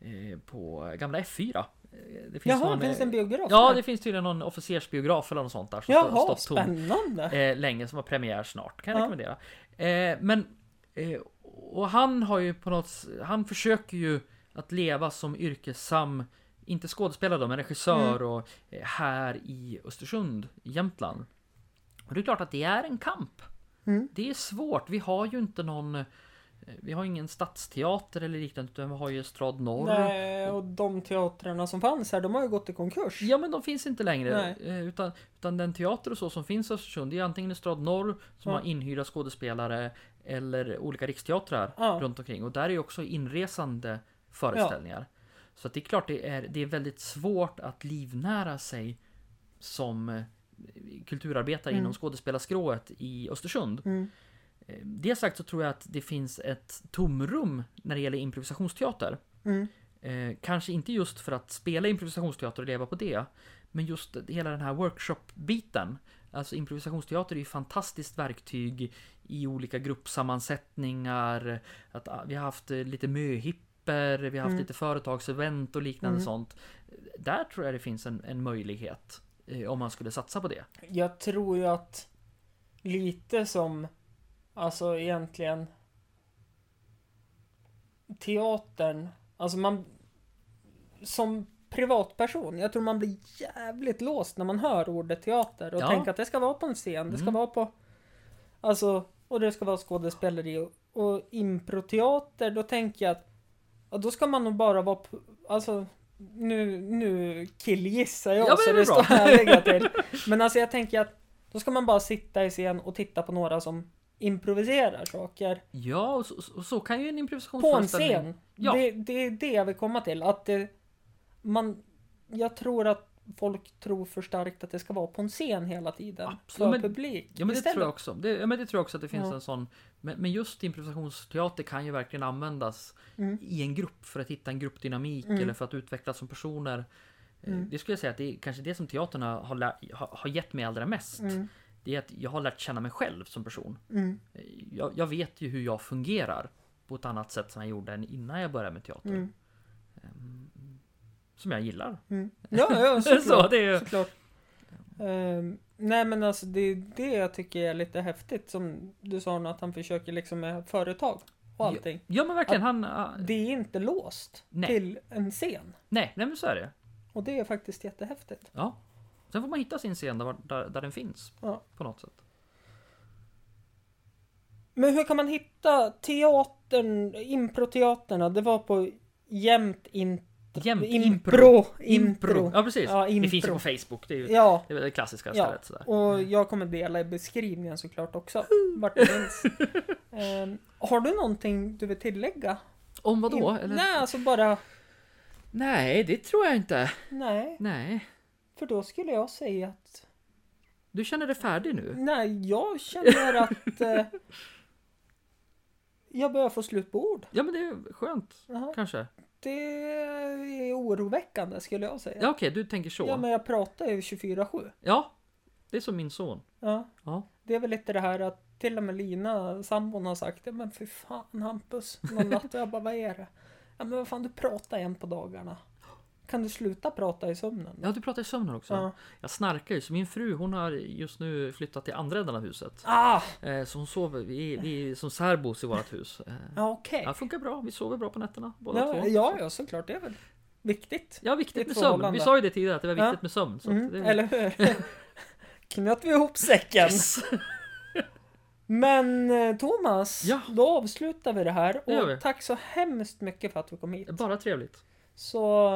B: eh, på gamla F4. Eh, Det finns
A: Jaha,
B: någon,
A: finns det en
B: eh,
A: biograf?
B: Ja,
A: där?
B: det finns tydligen någon officersbiograf eller något sånt där som stå-
A: Jaha,
B: stått tom
A: spännande!
B: eh, länge som har premiär snart kan jag
A: Ja.
B: rekommendera. Eh, men eh, och han har ju på något s- han försöker ju att leva som yrkessam inte skådespelare då, men regissör
A: Mm.
B: och eh, här i Östersund, i Jämtland. Och det är klart att det är en kamp.
A: Mm.
B: Det är svårt. Vi har ju inte någon eh, vi har ingen stadsteater eller liknande utan vi har ju Estrad Norr.
A: Nej, och de teatrarna som fanns här, de har ju gått i konkurs.
B: Ja men de finns inte längre.
A: Nej.
B: Eh, Utan, utan den teater och så som finns i Östersund det är antingen Estrad Norr som
A: Ja.
B: har inhyrda skådespelare eller olika riksteatrar
A: Ja.
B: runt omkring. Och där är ju också inresande föreställningar. Så att det är klart det är, det är väldigt svårt att livnära sig som eh, kulturarbetare inom skådespelarskrået i Östersund.
A: Mm.
B: Eh, Det sagt så tror jag att det finns ett tomrum när det gäller improvisationsteater.
A: Mm.
B: Eh, kanske inte just för att spela improvisationsteater och leva på det, men just hela den här workshop-biten. Alltså improvisationsteater är ju ett fantastiskt verktyg i olika gruppsammansättningar. Att, ah, vi har haft eh, lite möhipper, vi har haft
A: Mm.
B: lite företagsevent och liknande
A: Mm.
B: sånt. Där tror jag det finns en, en möjlighet eh, om man skulle satsa på det.
A: Jag tror ju att lite som, alltså egentligen teatern, alltså man som privatperson, jag tror man blir jävligt låst när man hör ordet teater och
B: Ja.
A: tänker att det ska vara på en scen, det ska
B: Mm.
A: vara på, alltså, och det ska vara skådespeleri och, och improteater, då tänker jag att ja, då ska man nog bara vara, på, alltså nu, nu killgissar jag
B: Ja, men
A: så
B: det är
A: det
B: bra.
A: står härliga till. Men alltså jag tänker att då ska man bara sitta i scen och titta på några som improviserar saker
B: Ja, och så, och så kan ju en
A: på en
B: improvisationsföreställning...
A: scen.
B: Ja.
A: Det, det är det jag vill komma till. Att det, man, jag tror att folk tror för starkt att det ska vara på en scen hela tiden.
B: Absolut,
A: för
B: men-
A: publik.
B: Ja men det
A: istället.
B: tror jag också. Det, ja, men det tror jag också att det finns
A: Ja.
B: en sån. Men, men just improvisationsteater kan ju verkligen användas
A: Mm.
B: i en grupp för att hitta en gruppdynamik
A: Mm.
B: eller för att utvecklas som personer. Eh,
A: Mm.
B: Det skulle jag säga att det är kanske det som teatern har, har, lä- har, har gett mig allra mest.
A: Mm,
B: Det är att jag har lärt känna mig själv som person.
A: mm,
B: Eh, Jag, jag vet ju hur jag fungerar på ett annat sätt som jag gjorde än innan jag började med teater. Ehm,
A: mm,
B: Som jag gillar.
A: mm. Ja, ja såklart.
B: Så det är ju...
A: såklart. Ehm, nej men alltså det är det jag tycker är lite häftigt som du sa nu att han försöker liksom med företag och allting.
B: Ja men verkligen han... ah,
A: Det är inte låst
B: Nej.
A: till en scen.
B: Nej, nej men så är det.
A: Och det är faktiskt jättehäftigt.
B: Ja. Sen får man hitta sin scen där, där, där den finns.
A: Ja.
B: På något sätt.
A: Men hur kan man hitta teatern, improteaterna? Det var på jämtinteater.se
B: Jämt
A: Impro.
B: Impro.
A: Impro.
B: Ja precis.
A: Ja,
B: Det finns ju
A: impro.
B: på Facebook. Det är ju
A: Ja,
B: det, är väl det klassiska
A: ja.
B: stället. Sådär.
A: Och jag kommer dela i beskrivningen såklart också. Vart det finns. Ehm, har du någonting du vill tillägga?
B: Om vad då?
A: In-
B: Eller?
A: Nej, alltså bara...
B: Nej, det tror jag inte.
A: Nej,
B: Nej.
A: för då skulle jag säga att...
B: Du känner dig färdig nu?
A: Nej, jag känner att... Eh, jag börjar få slut på ord.
B: Ja men det är skönt.
A: Jaha.
B: Kanske.
A: Det är oroväckande skulle jag säga.
B: Ja okej, du tänker så.
A: Ja, men jag pratar ju 24-7.
B: Ja, det är som min son.
A: Ja.
B: Ja.
A: Det är väl lite det här att till och med Lina, sambon, har sagt det. Men för fan Hampus, någon natt. Och jag bara, vad är det? Ja, men vad fan, du pratar en på dagarna. Kan du sluta prata i sömnen?
B: Ja, du pratar i sömnen också.
A: Ja.
B: Jag snarkar ju, så min fru hon har just nu flyttat till andra änden av huset.
A: Ah,
B: Eh, så hon sover, vi, vi är som särbos i vårt hus. Eh,
A: ja okej.
B: ja, det funkar bra, vi sover bra på nätterna båda
A: Ja,
B: två.
A: ja, ja, såklart. Det är väl viktigt.
B: Ja, viktigt
A: Ditt
B: med sömn. Vi
A: förhållande.
B: sa ju det tidigare att det var viktigt
A: Ja.
B: med sömn. Så
A: Mm,
B: att det,
A: Eller hur? Knöt vi ihop säcken.
B: Yes.
A: Men eh, Thomas,
B: Ja.
A: då avslutar vi det här.
B: Det gör
A: Och
B: vi.
A: tack så hemskt mycket för att du kom hit.
B: Bara trevligt.
A: Så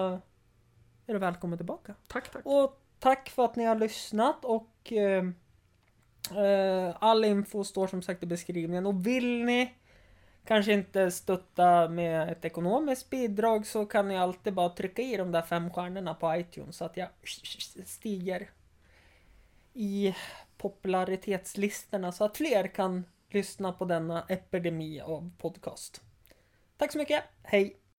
A: är du välkommen tillbaka.
B: Tack, tack.
A: Och tack för att ni har lyssnat och eh, eh, all info står som sagt i beskrivningen. Och vill ni kanske inte stötta med ett ekonomiskt bidrag så kan ni alltid bara trycka i de där fem stjärnorna på iTunes så att jag stiger i popularitetslistorna så att fler kan lyssna på denna epidemi av podcast. Tack så mycket, hej!